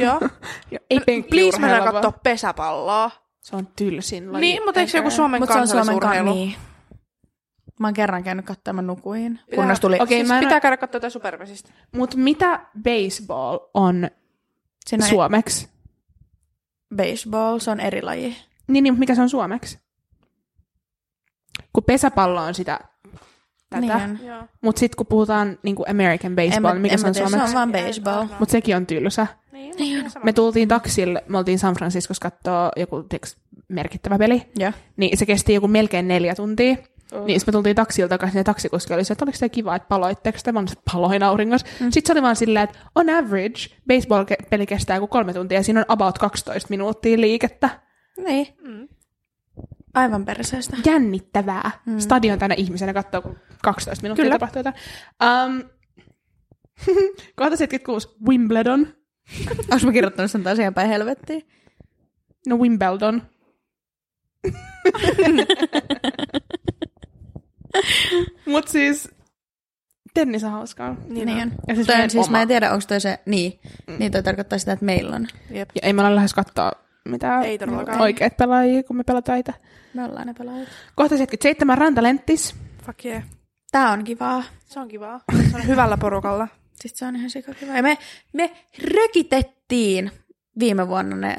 Speaker 3: Joo.
Speaker 2: Ei penkkiurheilua
Speaker 3: Please mennään
Speaker 2: vaan.
Speaker 3: katsoa pesäpalloa.
Speaker 2: Se on tylsin laji.
Speaker 3: Niin, mutta eikö se joku
Speaker 2: ever.
Speaker 3: Suomen
Speaker 1: Mutta se on Suomen kan,
Speaker 3: kansallisurheilu?
Speaker 1: niin. Mä oon kerran käynyt katsomaan nukuin,
Speaker 3: Pitää-
Speaker 1: kunnes tuli
Speaker 2: Okei,
Speaker 3: Siis
Speaker 2: mä en...
Speaker 3: pitää käydä katsoa jotain supervesistä.
Speaker 2: Mut mitä baseball on
Speaker 1: Siinä on
Speaker 2: suomeksi?
Speaker 1: baseball, se on eri laji.
Speaker 2: Niin, niin, mut mikä se on suomeksi? Kun pesäpallo on sitä tätä.
Speaker 1: Niin on.
Speaker 2: Niin.
Speaker 3: Joo.
Speaker 2: Mut sit kun puhutaan niin kuin American baseball,
Speaker 1: En
Speaker 2: en,
Speaker 1: mä-
Speaker 2: mikä
Speaker 1: en
Speaker 2: se
Speaker 1: mä
Speaker 2: on
Speaker 1: tiedä,
Speaker 2: suomeksi?
Speaker 1: Se on vaan baseball.
Speaker 2: Mut sekin on tylsä.
Speaker 3: Niin, mutta sama.
Speaker 2: Me tultiin taksille, me oltiin San Franciscossa katsoa joku tiiäks, merkittävä peli.
Speaker 1: Joo.
Speaker 2: Niin se kesti joku melkein neljä tuntia. Mm. Niin sit me tultiin taksilta takaisin ja taksikuski oli se, että oliko se kiva, että paloitteko te? Mä olin, että paloin auringossa. Mm. Sitten se oli vaan silleen, että on average, baseball-peli kestää joku kolme tuntia ja siinä on about 12 minuuttia liikettä.
Speaker 1: Niin. Aivan perseestä.
Speaker 2: Jännittävää. Mm. Stadion tänä ihmisenä katsoo, kun 12 minuuttia
Speaker 3: Kyllä.
Speaker 2: Kyllä. tapahtuu jotain. Um, kohta 76, Wimbledon.
Speaker 1: Onko mä kirjoittanut sen taas ihan päin helvettiin?
Speaker 2: No Wimbledon. Mut siis, tennis on hauskaa.
Speaker 1: Niin, niin on.
Speaker 2: Ja siis
Speaker 1: toi
Speaker 2: meidän
Speaker 1: on siis
Speaker 2: oma.
Speaker 1: mä en tiedä, onko toi se... Niin. Mm. Niin toi tarkoittaa sitä, että meillä on.
Speaker 3: Jep.
Speaker 2: Ja ei me olla lähes katsoa mitään
Speaker 3: Ei todellakaan.
Speaker 2: oikeat pelaajia, kun me pelataan itse.
Speaker 1: Me ollaan ne pelaajat.
Speaker 2: Kohta 77 Rantalenttis.
Speaker 3: Fuck yeah.
Speaker 1: Tää on kivaa.
Speaker 3: Se on kivaa. Se on hyvällä porukalla.
Speaker 1: Sitten se on ihan sikakivaa. Ja me, me rökitettiin viime vuonna ne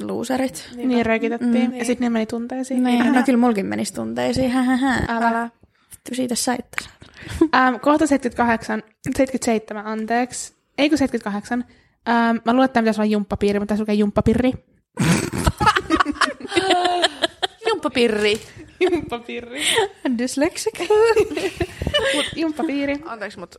Speaker 1: loserit.
Speaker 2: Niin, niin rekitettiin.
Speaker 1: Mm.
Speaker 2: Mm, ja sitten ne meni tunteisiin.
Speaker 1: Niin. No kyllä mulkin menisi tunteisiin. Hähähä.
Speaker 2: Älä.
Speaker 1: Vittu, Siitä saitte. saatana.
Speaker 2: Ähm, kohta 78, 77, anteeksi. Eikö 78? Ähm, mä luulen, että tämä pitäisi olla jumppapiiri, mutta tässä lukee jumppapirri.
Speaker 3: Jumppapirri.
Speaker 2: jumppapiiri.
Speaker 1: Dysleksik.
Speaker 2: Mut jumppapiiri.
Speaker 3: Anteeksi, mut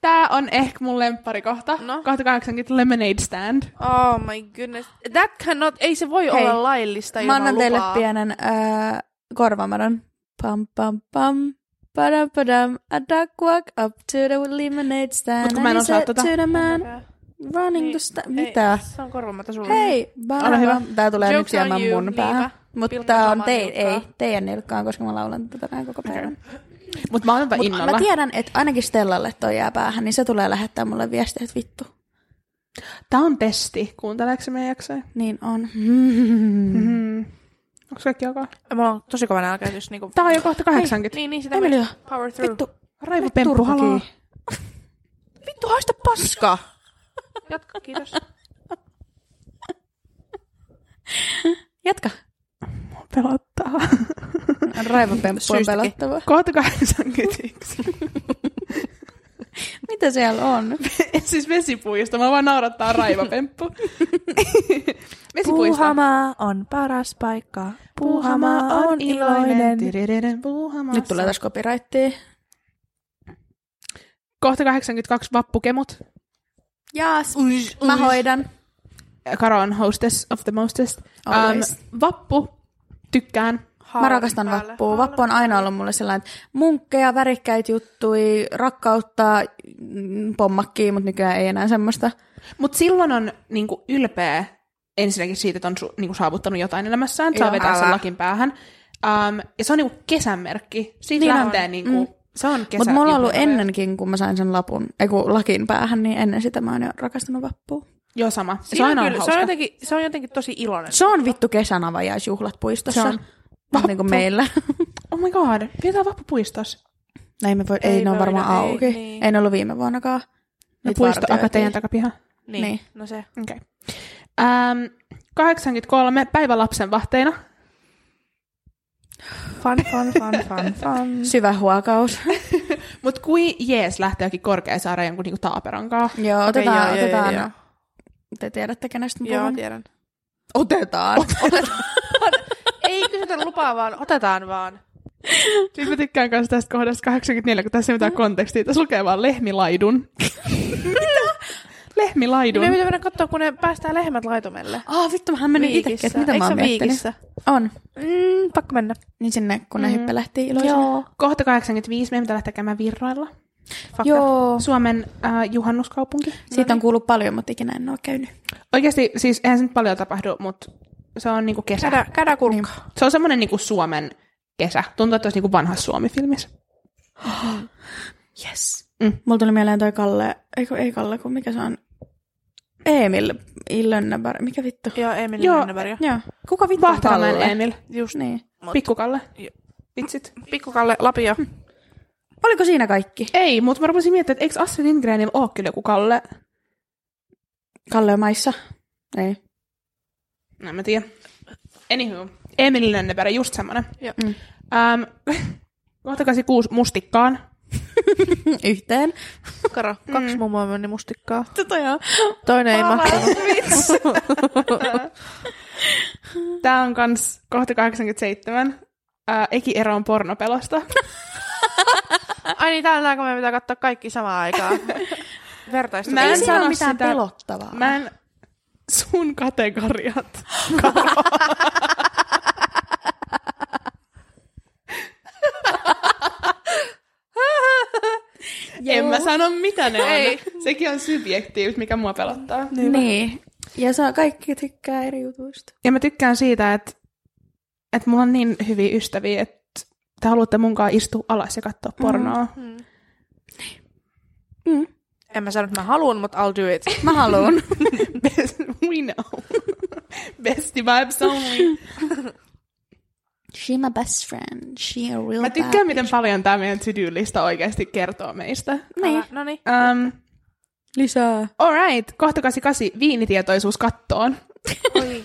Speaker 2: Tää on ehkä mun lempparikohta.
Speaker 3: No.
Speaker 2: No. Kohta 80 Lemonade Stand.
Speaker 3: oh my goodness. That cannot, ei se voi
Speaker 1: Hei.
Speaker 3: olla laillista
Speaker 1: Mä
Speaker 3: ilman
Speaker 1: annan teille
Speaker 3: lupaa.
Speaker 1: pienen äh, korvamadon. Pam pam pam. Padam padam. A duck walk up to the lemonade stand.
Speaker 2: Mut kun mä en
Speaker 1: and he
Speaker 2: osaa
Speaker 1: said
Speaker 2: tota.
Speaker 1: To the man running
Speaker 3: Niin,
Speaker 1: the sta-
Speaker 3: Ei,
Speaker 1: Mitä?
Speaker 3: Se on korvamatta sulle.
Speaker 1: Hei,
Speaker 2: Ole hyvä.
Speaker 1: hyvä. Tää tulee
Speaker 3: Jokes
Speaker 1: nyt jäämään
Speaker 3: on you,
Speaker 1: mun päähän.
Speaker 3: niinpä.
Speaker 1: Mutta
Speaker 3: Pilkka
Speaker 1: tää on
Speaker 3: samaa
Speaker 1: teidän, ei,
Speaker 3: nilkkaa.
Speaker 1: teidän nilkkaan, koska mä laulan tätä tänään koko päivän.
Speaker 2: Mut mä oon tätä
Speaker 1: Mutta mä
Speaker 2: innolla.
Speaker 1: tiedän, että ainakin Stellalle toi jää päähän, niin se tulee lähettää mulle viestiä, että vittu.
Speaker 2: Tää on testi. Kuunteleeko se meidän jaksoja?
Speaker 1: Niin on. Mm-hmm.
Speaker 2: Mm. Onko kaikki ok?
Speaker 3: Mulla on tosi kova nälkä, jos niinku...
Speaker 2: Tää on jo kohta 80.
Speaker 3: Niin, niin sitä
Speaker 1: Emilia.
Speaker 3: voi- Power through.
Speaker 1: Vittu,
Speaker 2: Raivo Pemppu
Speaker 1: turpa
Speaker 2: haloo.
Speaker 1: kiinni.
Speaker 3: Vittu, haista paska! Jatka, kiitos.
Speaker 1: Jatka.
Speaker 2: Pelottaa.
Speaker 1: Raivopemppu on
Speaker 3: Syystäkin.
Speaker 1: pelottava.
Speaker 2: Kohta 81.
Speaker 1: Mitä Mitä siellä on?
Speaker 2: siis vesipuisto, mä vaan naurattaa raivapemppu. vesipuisto.
Speaker 3: on paras paikka.
Speaker 2: Tiririden Puuhamassa.
Speaker 1: Nyt tulee taas copyrightia.
Speaker 2: Kohta 82 vappukemut.
Speaker 1: Jaas, mä hoidan.
Speaker 2: Karo on hostess of the mostest.
Speaker 1: Always.
Speaker 2: Um, vappu. Tykkään.
Speaker 1: Mä rakastan vappua. Vappu on aina ollut mulle sellainen, että munkkeja, värikkäitä juttui, rakkautta, mm, pommakkia, mutta nykyään ei enää semmoista.
Speaker 2: Mutta silloin on niinku, ylpeä ensinnäkin siitä, että on su- niinku, saavuttanut jotain elämässään. Saa
Speaker 1: Joo,
Speaker 2: vetää sen
Speaker 3: älä.
Speaker 2: lakin päähän. Um, ja se on niinku, kesänmerkki. Siitä
Speaker 1: Niin
Speaker 2: niin
Speaker 1: on.
Speaker 2: lähtee niinku,
Speaker 1: Mm.
Speaker 2: Se on kesä.
Speaker 1: Mutta mulla on ollut
Speaker 2: juhlavero.
Speaker 1: ennenkin, kun mä sain sen lapun, ei kun lakin päähän, niin ennen sitä mä oon jo rakastanut vappua.
Speaker 2: Joo, sama. Se,
Speaker 3: Se
Speaker 2: on
Speaker 3: on,
Speaker 2: aina
Speaker 3: kyllä,
Speaker 2: on
Speaker 3: se, on
Speaker 2: hauska.
Speaker 3: jotenkin, se on jotenkin tosi iloinen.
Speaker 1: Se on vittu kesänavajaisjuhlat puistossa.
Speaker 2: Se on.
Speaker 1: Niin kuin meillä.
Speaker 2: Oh my god. Pidetään vappupuistossa.
Speaker 1: Näin me voi, ei,
Speaker 3: Ei
Speaker 1: ne on
Speaker 3: voida,
Speaker 1: varmaan
Speaker 3: ei,
Speaker 1: auki. Ei,
Speaker 3: niin.
Speaker 1: ne ollut viime vuonnakaan.
Speaker 2: No
Speaker 1: Nyt
Speaker 2: puisto
Speaker 1: vartioitiin.
Speaker 2: Akatejan takapiha.
Speaker 3: Niin.
Speaker 1: Niin.
Speaker 3: No se.
Speaker 2: Okei. Okay. 83. Päivä lapsen vahteina.
Speaker 3: Fun, fun, fun, fun, fun.
Speaker 1: Syvä huokaus.
Speaker 2: Mutta kui jees lähtee jokin korkeasaareen jonkun niinku taaperankaa.
Speaker 1: joo,
Speaker 3: Okei,
Speaker 1: otetaan,
Speaker 3: joo, joo,
Speaker 1: otetaan.
Speaker 3: joo, joo.
Speaker 1: Te tiedätte, kenestä mä
Speaker 3: Joo,
Speaker 1: puhun.
Speaker 3: tiedän.
Speaker 1: otetaan.
Speaker 3: Ei kysytä lupaa, vaan otetaan vaan.
Speaker 2: Siis mä tykkään myös tästä kohdasta 84, kun tässä ei ole mitään kontekstia. Tässä lukee vaan lehmilaidun.
Speaker 3: Niin
Speaker 2: lehmilaidun.
Speaker 3: me pitää mennä katsoa, kun ne päästää lehmät laitomelle.
Speaker 1: Ah, vittu, mähän
Speaker 2: Niin,
Speaker 1: menin itsekin, että mitä
Speaker 3: Eikö
Speaker 1: mä
Speaker 3: se
Speaker 1: oon miettinyt.
Speaker 3: Viikissä?
Speaker 1: On.
Speaker 3: Mm, pakko mennä.
Speaker 1: Niin sinne, kun ne
Speaker 3: Mm.
Speaker 1: hyppelehtii iloisina.
Speaker 2: Kohta 85, meidän pitää lähteä käymään virroilla.
Speaker 3: Fuck
Speaker 1: Joo.
Speaker 2: Suomen äh, juhannuskaupunki.
Speaker 1: Siitä on kuullut paljon, mutta ikinä en ole käynyt.
Speaker 2: Oikeasti, siis eihän se nyt paljon tapahdu, mutta se on niinku kesä.
Speaker 3: Käydä, käydä kulka.
Speaker 2: Se on semmoinen niinku Suomen kesä. Tuntuu, että olisi niinku vanha Suomi-filmissä.
Speaker 1: Niin. Yes.
Speaker 2: Mm.
Speaker 1: Mulla tuli mieleen toi Kalle, ei kun ei Kalle, kun mikä se on? Emil Illönnäbär, mikä vittu?
Speaker 3: Joo, Emil
Speaker 2: Joo.
Speaker 3: Lönneberg.
Speaker 1: Joo. Kuka vittu on
Speaker 2: Vahteramäen
Speaker 1: Kalle?
Speaker 2: Emil.
Speaker 3: Just niin.
Speaker 1: Niin.
Speaker 2: Pikkukalle.
Speaker 3: Joo.
Speaker 2: Vitsit.
Speaker 3: Pikkukalle Lapio.
Speaker 1: Oliko siinä kaikki?
Speaker 2: Ei, mutta mä rupesin miettimään, että eikö Astrid Lindgrenillä ole kyllä joku Kalle?
Speaker 1: Kalle on maissa? Ei.
Speaker 2: No, en mä tiedä. Anywho. Emil Lönneberg, just semmonen.
Speaker 3: Joo.
Speaker 1: Mm.
Speaker 2: Ähm, kohta 86 mustikkaan.
Speaker 1: Mm, Yhteen.
Speaker 3: Karo, kaksi mummoa meni mustikkaa.
Speaker 1: Tota joo.
Speaker 3: Toinen ei mahtunut.
Speaker 2: Tää on kans kohta 87. Äh, Eki ero on pornopelosta.
Speaker 3: Ai niin, tää on tää, kun me pitää katsoa kaikki samaan aikaan. Vertaista.
Speaker 2: Mä
Speaker 1: Ei
Speaker 2: en
Speaker 1: siinä
Speaker 2: sano
Speaker 1: ole mitään
Speaker 2: sitä-
Speaker 1: pelottavaa.
Speaker 2: Mä en... Sun kategoriat. En mä sano, mitä ne on.
Speaker 3: Ei.
Speaker 2: Sekin on subjektiivista, mikä mua pelottaa.
Speaker 1: Niin. Ja saa kaikki tykkää eri jutuista.
Speaker 2: Ja mä tykkään siitä, että, että mulla on niin hyviä ystäviä, että te haluatte munkaan istua alas ja katsoa pornoa. Mm.
Speaker 3: Mm.
Speaker 1: Mm.
Speaker 3: En mä sano, että mä haluan, mutta I'll do it.
Speaker 1: Mä haluun.
Speaker 2: Best, we know. Besti vibes only.
Speaker 1: She my best friend. She a real
Speaker 2: Mä tykkään, miten paljon tämä meidän to-do-lista oikeasti kertoo meistä.
Speaker 1: Niin.
Speaker 3: No niin.
Speaker 2: Um,
Speaker 1: Lisää.
Speaker 2: alright, kohta 88, viinitietoisuus kattoon.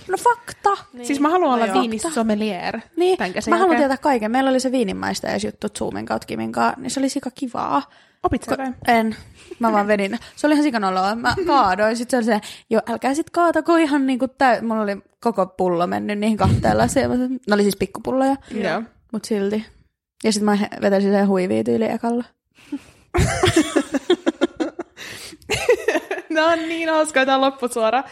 Speaker 1: No fakta.
Speaker 2: Niin. Siis mä haluan
Speaker 3: No
Speaker 2: olla
Speaker 3: joo.
Speaker 2: viinisommelier.
Speaker 1: Niin,
Speaker 2: Tän kesän
Speaker 1: mä haluan
Speaker 2: jälkeen.
Speaker 1: tietää kaiken. Meillä oli se viininmaistajaisjuttu Zoomin kautta Kimin kanssa, niin se oli sika kivaa.
Speaker 2: Opit sä
Speaker 1: Ko-
Speaker 2: jotain?
Speaker 1: en. Mä vaan vedin. Se oli ihan sikanoloa. Mä kaadoin. Sitten se oli se, joo, älkää sit kaatako ihan niinku täy... Mulla oli koko pullo mennyt niihin kahteen lasiin. Mä sanoin, Ne oli siis pikkupulloja,
Speaker 2: Joo.
Speaker 1: mut silti. Ja sitten mä he- vetäisin sen huiviin tyyli ekalla.
Speaker 2: No on niin hauska, tämä loppusuora.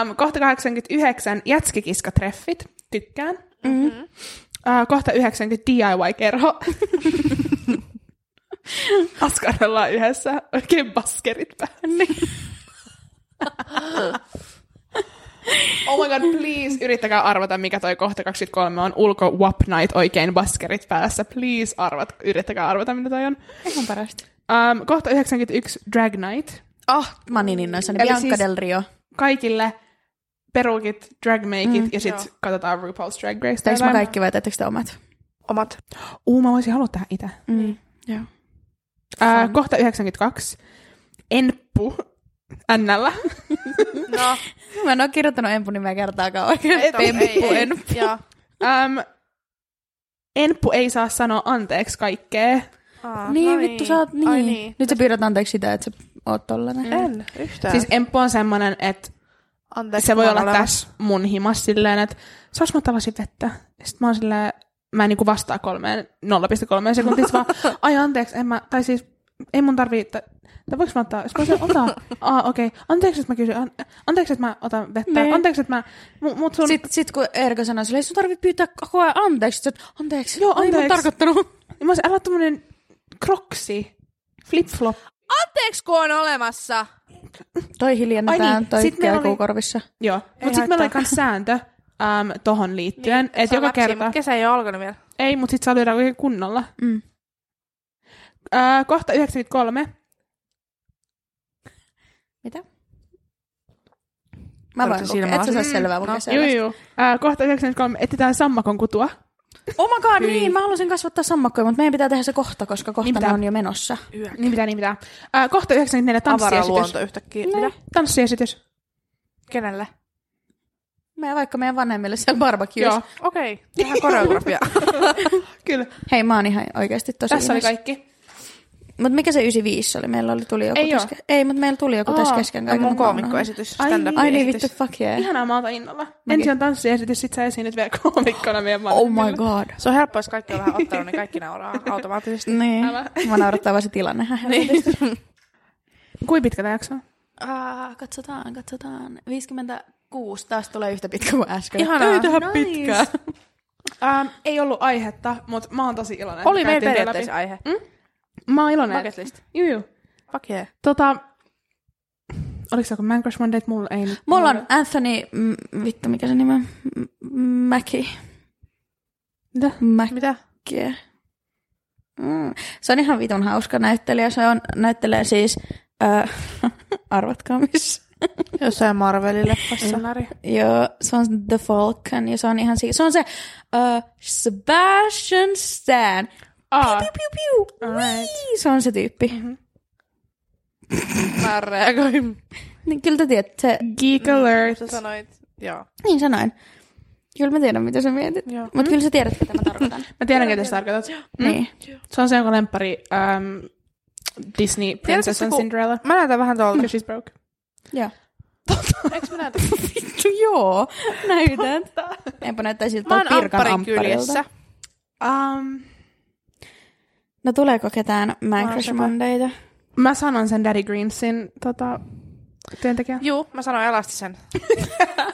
Speaker 2: Um, kohta 89, jätskikiskatreffit. Tykkään.
Speaker 3: Mm.
Speaker 1: Mm-hmm.
Speaker 2: Uh, kohta 90, DIY-kerho. Askarellaan yhdessä. Oikein baskerit niin. päälle. oh my god, please. Yrittäkää arvata, mikä toi kohta 23 on. Ulko Wap Night oikein baskerit päässä. Please arvat. Yrittäkää arvata, mitä toi on.
Speaker 1: Ihan parasta.
Speaker 2: Um, kohta 91, Drag Night.
Speaker 1: Oh, mä oon niin innoissani.
Speaker 2: Eli
Speaker 1: Bianca
Speaker 2: siis-
Speaker 1: Del Rio.
Speaker 2: kaikille perukit, drag makeit,
Speaker 1: Mm,
Speaker 2: mm, ja sitten
Speaker 3: joo.
Speaker 2: katsotaan RuPaul's Drag Race.
Speaker 1: Teekö mä
Speaker 2: jotain.
Speaker 1: kaikki vai teettekö te omat?
Speaker 3: Omat.
Speaker 2: Uu, mä voisin haluta tähän itse.
Speaker 1: Mm. Joo.
Speaker 2: Äh, kohta 92. Enppu. Nnällä.
Speaker 3: No,
Speaker 1: Mä en oo kirjoittanut Empun nimeä kertaakaan oikein.
Speaker 3: et oo-
Speaker 1: Emppu,
Speaker 3: ei, ei.
Speaker 1: Enppu.
Speaker 3: Joo.
Speaker 2: Ähm, Um, enppu ei saa sanoa anteeksi kaikkea.
Speaker 3: Aa,
Speaker 1: Niin, no vittu, sä oot niin.
Speaker 3: Ai niin.
Speaker 1: Nyt sä pyydät anteeksi sitä, että sä oot tollanen. Mm.
Speaker 3: En yhtään.
Speaker 2: Siis Emppu on semmonen, että
Speaker 3: Anteeksi,
Speaker 2: se voi
Speaker 3: mä
Speaker 2: olla
Speaker 3: olen olemassa.
Speaker 2: tässä mun himas silleen, että saanko mä ottaa lasin vettä? Sitten mä oon silleen, mä en niinku vastaa kolmeen, 0,3 sekuntissa vaan, ai anteeksi, en mä, tai siis ei mun tarvii, tai, tai voiko mä ottaa, jos mä sen otan, aa okei, okay. anteeksi, että mä kysyn, an, anteeksi, että mä otan vettä,
Speaker 1: Ne.
Speaker 2: anteeksi, että mä, mu, mut sun,
Speaker 1: Sitten sit kun Erika sanoi sille, sun tarvii pyytää koko ajan anteeksi. Sä, oot, anteeksi,
Speaker 2: Joo,
Speaker 1: Ei mä
Speaker 2: anteeksi.
Speaker 1: oon tarkoittanut.
Speaker 2: niin mä olisin, älä tommonen kroksi, flip-flop,
Speaker 3: Anteeksi, kun on olemassa.
Speaker 1: Toi
Speaker 2: Ai
Speaker 1: hiljennetään,
Speaker 2: niin,
Speaker 1: toi
Speaker 2: sit meillä
Speaker 1: kielkuu
Speaker 2: oli-
Speaker 1: korvissa.
Speaker 2: joo, mutta sitten meillä oli kans sääntö, äm, tohon liittyen, niin, että
Speaker 3: Se on
Speaker 2: joka
Speaker 3: lapsia,
Speaker 2: kerta,
Speaker 3: Mutta kesä ei ole alkanut vielä.
Speaker 2: Ei, mutta sit saa lyödä oikein kunnolla.
Speaker 1: Mm.
Speaker 2: Öö, kohta 93.
Speaker 1: Mitä? Mä
Speaker 3: Oliko
Speaker 1: voin
Speaker 3: se
Speaker 1: kokea.
Speaker 3: silmälasit?
Speaker 1: Et sä saa
Speaker 3: Mm,
Speaker 1: selvää mun
Speaker 3: no.
Speaker 1: kesällä.
Speaker 2: Juu, juu. Öö, kohta 93 etsitään sammakon kutua.
Speaker 1: Oh my god,
Speaker 3: Hyi.
Speaker 1: niin, mä halusin kasvattaa sammakkoja, mutta meidän pitää tehdä se kohta, koska kohta
Speaker 2: Niin
Speaker 1: ne
Speaker 2: pitää.
Speaker 1: on jo menossa.
Speaker 2: Niin pitää, niin pitää. Öö, kohta 94
Speaker 3: Avara
Speaker 2: tanssiesitys.
Speaker 3: luonto yhtäkkiä.
Speaker 2: Niin,
Speaker 3: Mitä?
Speaker 2: Tanssiesitys.
Speaker 3: Kenelle?
Speaker 1: Me vaikka meidän vanhemmille siellä barbecues.
Speaker 2: Joo,
Speaker 3: Okei, okay. tehdään koreografia.
Speaker 2: kyllä.
Speaker 1: Hei, mä oon ihan oikeasti tosi
Speaker 2: Tässä oli kaikki.
Speaker 1: Mutta mikä se 95 oli? Meillä oli, tuli joku
Speaker 2: Ei
Speaker 1: tässä
Speaker 2: oo.
Speaker 1: ke- Ei, mutta meillä tuli joku tässä
Speaker 2: Aa,
Speaker 1: kesken
Speaker 3: Ja
Speaker 1: kaiken.
Speaker 3: no mun
Speaker 1: mutta mä
Speaker 3: koomikkoesitys,
Speaker 2: Ai niin.
Speaker 1: unohdin.
Speaker 3: stand-up
Speaker 1: Ai niin,
Speaker 3: esitys.
Speaker 1: vittu, fuck yeah.
Speaker 2: Ihanaa, mä otan innolla. Ensin on tanssiesitys, sit sä esiinnyt vielä koomikkoina meidän
Speaker 1: Oh
Speaker 2: vanhemmille.
Speaker 1: my god.
Speaker 3: Se on helppo, jos kaikki on vähän ottanut, niin kaikki nauraa automaattisesti.
Speaker 1: Niin.
Speaker 2: Älä.
Speaker 1: Mä naurattaa vaan se tilanne. niin.
Speaker 2: Kuinka pitkä tämä jakso on?
Speaker 1: Ah, katsotaan, katsotaan. 56 taas tulee yhtä pitkä kuin äsken.
Speaker 3: Ihanaa.
Speaker 1: Ei tehdä
Speaker 2: Nice.
Speaker 1: pitkää.
Speaker 2: Ähm, ei ollut aihetta, mutta mä oon tosi iloinen. että
Speaker 3: Oli
Speaker 2: me
Speaker 3: meillä
Speaker 2: käytiin tää
Speaker 3: periaatteessa aihe.
Speaker 2: läpi. Mä oon iloinen.
Speaker 3: Bucket list.
Speaker 2: Juu, juu.
Speaker 3: Fuck yeah.
Speaker 2: Tota, oliko se joku Man Crush Monday, että mulla ei nyt...
Speaker 1: Mulla on Anthony, mm, vittu mikä se nimi on? M- Mäki.
Speaker 2: Mitä?
Speaker 1: Mäki.
Speaker 3: Mitä?
Speaker 1: Mm. Se on ihan vitun hauska näyttelijä. Se on, näyttelee siis, äh, arvatkaa missä.
Speaker 3: Jossain Marvelin leffassa.
Speaker 2: Sanaari.
Speaker 1: Joo, se on The Falcon ja se on ihan si- Se on se äh, Sebastian Stan.
Speaker 2: Aa,
Speaker 1: Piu, piu. Wii! Se on se tyyppi.
Speaker 3: Mä reagoin.
Speaker 1: Niin, kyllä te tiedätte. Se,
Speaker 2: Geek Alert.
Speaker 3: Sä sanoit. Joo.
Speaker 1: niin sanoin. Kyllä mä tiedän, mitä sä mietit.
Speaker 3: Joo.
Speaker 1: Mutta kyllä sä tiedät, mitä mä tarkoitan.
Speaker 2: Mä tiedän, ketä sä tarkoitat. Mm.
Speaker 1: niin.
Speaker 2: Se on se, jonka lemppari äm, Disney Princess
Speaker 3: sä,
Speaker 2: and
Speaker 3: kun-
Speaker 2: Cinderella.
Speaker 3: Mä näytän vähän tuolta.
Speaker 2: Because she's broke.
Speaker 1: Joo.
Speaker 3: Eiks mä näytä?
Speaker 1: Vittu joo, näytät. Enpä näyttää siltä
Speaker 3: No Mä oon
Speaker 1: tuolta pirkan
Speaker 3: Ampparin
Speaker 1: ampparilta.
Speaker 3: kyljessä.
Speaker 2: Um,
Speaker 1: No tuleeko ketään Man
Speaker 3: oon
Speaker 1: Crush
Speaker 3: sepä.
Speaker 1: Mondayta?
Speaker 2: mä sanon sen Daddy Greensin tota, työntekijä.
Speaker 3: Juu, mä sanoin elastisen.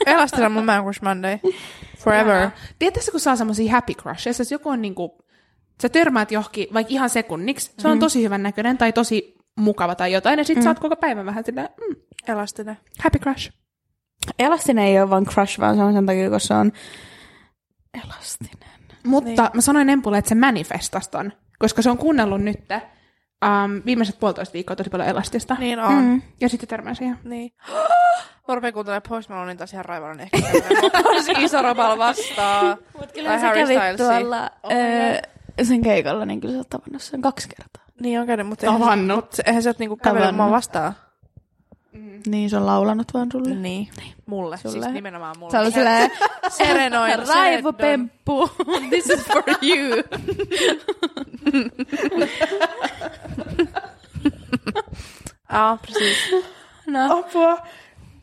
Speaker 3: elastisen mun Man Crush Monday. Forever.
Speaker 2: Tiedätkö, kun saa semmosia happy crushes, jos joku on niinku, sä törmäät johonkin vaikka ihan sekunniksi, se on tosi hyvän näköinen tai tosi mukava tai jotain, ja sit mm. sä oot koko päivän vähän silleen, mm,
Speaker 3: Elastinen.
Speaker 2: happy crush.
Speaker 1: Elastinen ei ole vaan crush, vaan se on sen takia, kun se on elastinen.
Speaker 2: Mutta niin. mä sanoin Empulle, että se manifestas ton, koska se on kuunnellut nyt um, viimeiset puolitoista viikkoa tosi paljon elastista. Niin.
Speaker 3: Niin on. Mm.
Speaker 2: Ja sitten törmää siihen.
Speaker 3: Niin. Mä rupean kuuntelemaan Post Malonein taas ihan raivallinen ehkä. Tosi iso rapal vastaa. Mut
Speaker 1: Kyllä sä kävit tuolla
Speaker 3: Oh
Speaker 1: öö, sen keikalla, niin kyllä sä oot tavannut sen kaksi kertaa.
Speaker 3: Niin on käynyt, mutta
Speaker 2: Tavannut.
Speaker 3: Eihän, se- eihän sä oot niinku kävellyt
Speaker 1: Tavannut.
Speaker 3: mua vastaan.
Speaker 1: Niin, se on laulanut vaan sulle.
Speaker 3: Mm. Niin. Mulle. Sulle. Siis
Speaker 1: Sulle.
Speaker 3: nimenomaan mulle.
Speaker 1: Se oli silleen,
Speaker 3: Serenoin. seredon.
Speaker 1: raivopemppu, this is for you.
Speaker 3: Aa, precis.
Speaker 1: No,
Speaker 2: Apua.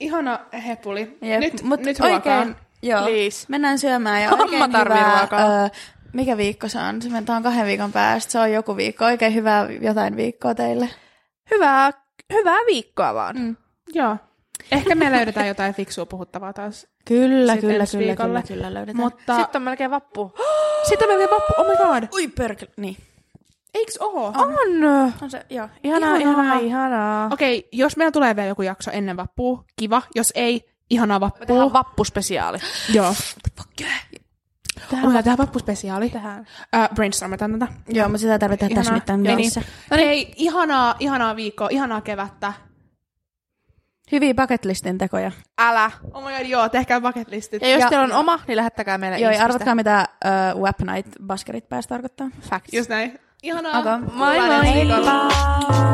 Speaker 2: Ihana hepuli.
Speaker 1: jep,
Speaker 2: Nyt,
Speaker 1: mut
Speaker 2: nyt
Speaker 1: oikein-
Speaker 2: ruokaan.
Speaker 1: Joo,
Speaker 3: Please.
Speaker 1: mennään syömään ja
Speaker 3: Amma
Speaker 1: oikein
Speaker 3: tarvii
Speaker 1: hyvää,
Speaker 3: ruokaa.
Speaker 1: ö, mikä viikko se on? Se men- tää on kahden viikon päästä, se on joku viikko. Oikein hyvää jotain viikkoa teille.
Speaker 3: Hyvää, hyvää viikkoa vaan. Mm.
Speaker 2: Joo. Ehkä me löydetään jotain fiksua puhuttavaa taas.
Speaker 1: Kyllä,
Speaker 2: Sitten
Speaker 1: kyllä,
Speaker 2: ensi
Speaker 1: kyllä,
Speaker 2: viikolle.
Speaker 1: kyllä, kyllä löydetään.
Speaker 2: Mutta
Speaker 3: Sitten on melkein vappu.
Speaker 2: sitten on melkein vappu. Oh my god.
Speaker 1: Ui perkele, niin.
Speaker 2: Eiks oo?
Speaker 3: On.
Speaker 1: On se, joo.
Speaker 3: Ihanaa,
Speaker 2: Ihanaa.
Speaker 3: ihanaa, ihanaa.
Speaker 2: Okei, okay, jos meillä tulee vielä joku jakso ennen vappua, kiva. Jos ei, ihanaa vappua.
Speaker 3: Tehdään vappuspesiaali.
Speaker 2: Joo.
Speaker 1: Fuck yeah.
Speaker 2: Oh my god, tehdään vappuspesiaali.
Speaker 3: Tehdään.
Speaker 2: Uh, brainstormataan tätä.
Speaker 1: Joo, mutta sitä ei tarvitse tehdä tässä
Speaker 2: Ihanaa.
Speaker 1: mitään
Speaker 2: Ei
Speaker 1: mielessä.
Speaker 2: No niin, hei, ihanaa, ihanaa viikkoa, ihanaa kevättä.
Speaker 1: Hyviä bucketlistin tekoja.
Speaker 3: Älä.
Speaker 2: Oh my god, joo, tehkää bucketlistit.
Speaker 3: Ja jos
Speaker 1: Ja-
Speaker 3: teillä on oma, niin lähettäkää meille
Speaker 1: Joo, ja
Speaker 3: Instasta.
Speaker 1: arvatkaa mitä uh, Web Night baskerit pääsi tarkoittaa.
Speaker 3: Facts.
Speaker 2: Just näin. Ihanaa.
Speaker 1: Okay.
Speaker 2: Kuullaan ensi viikolla.
Speaker 1: Bye.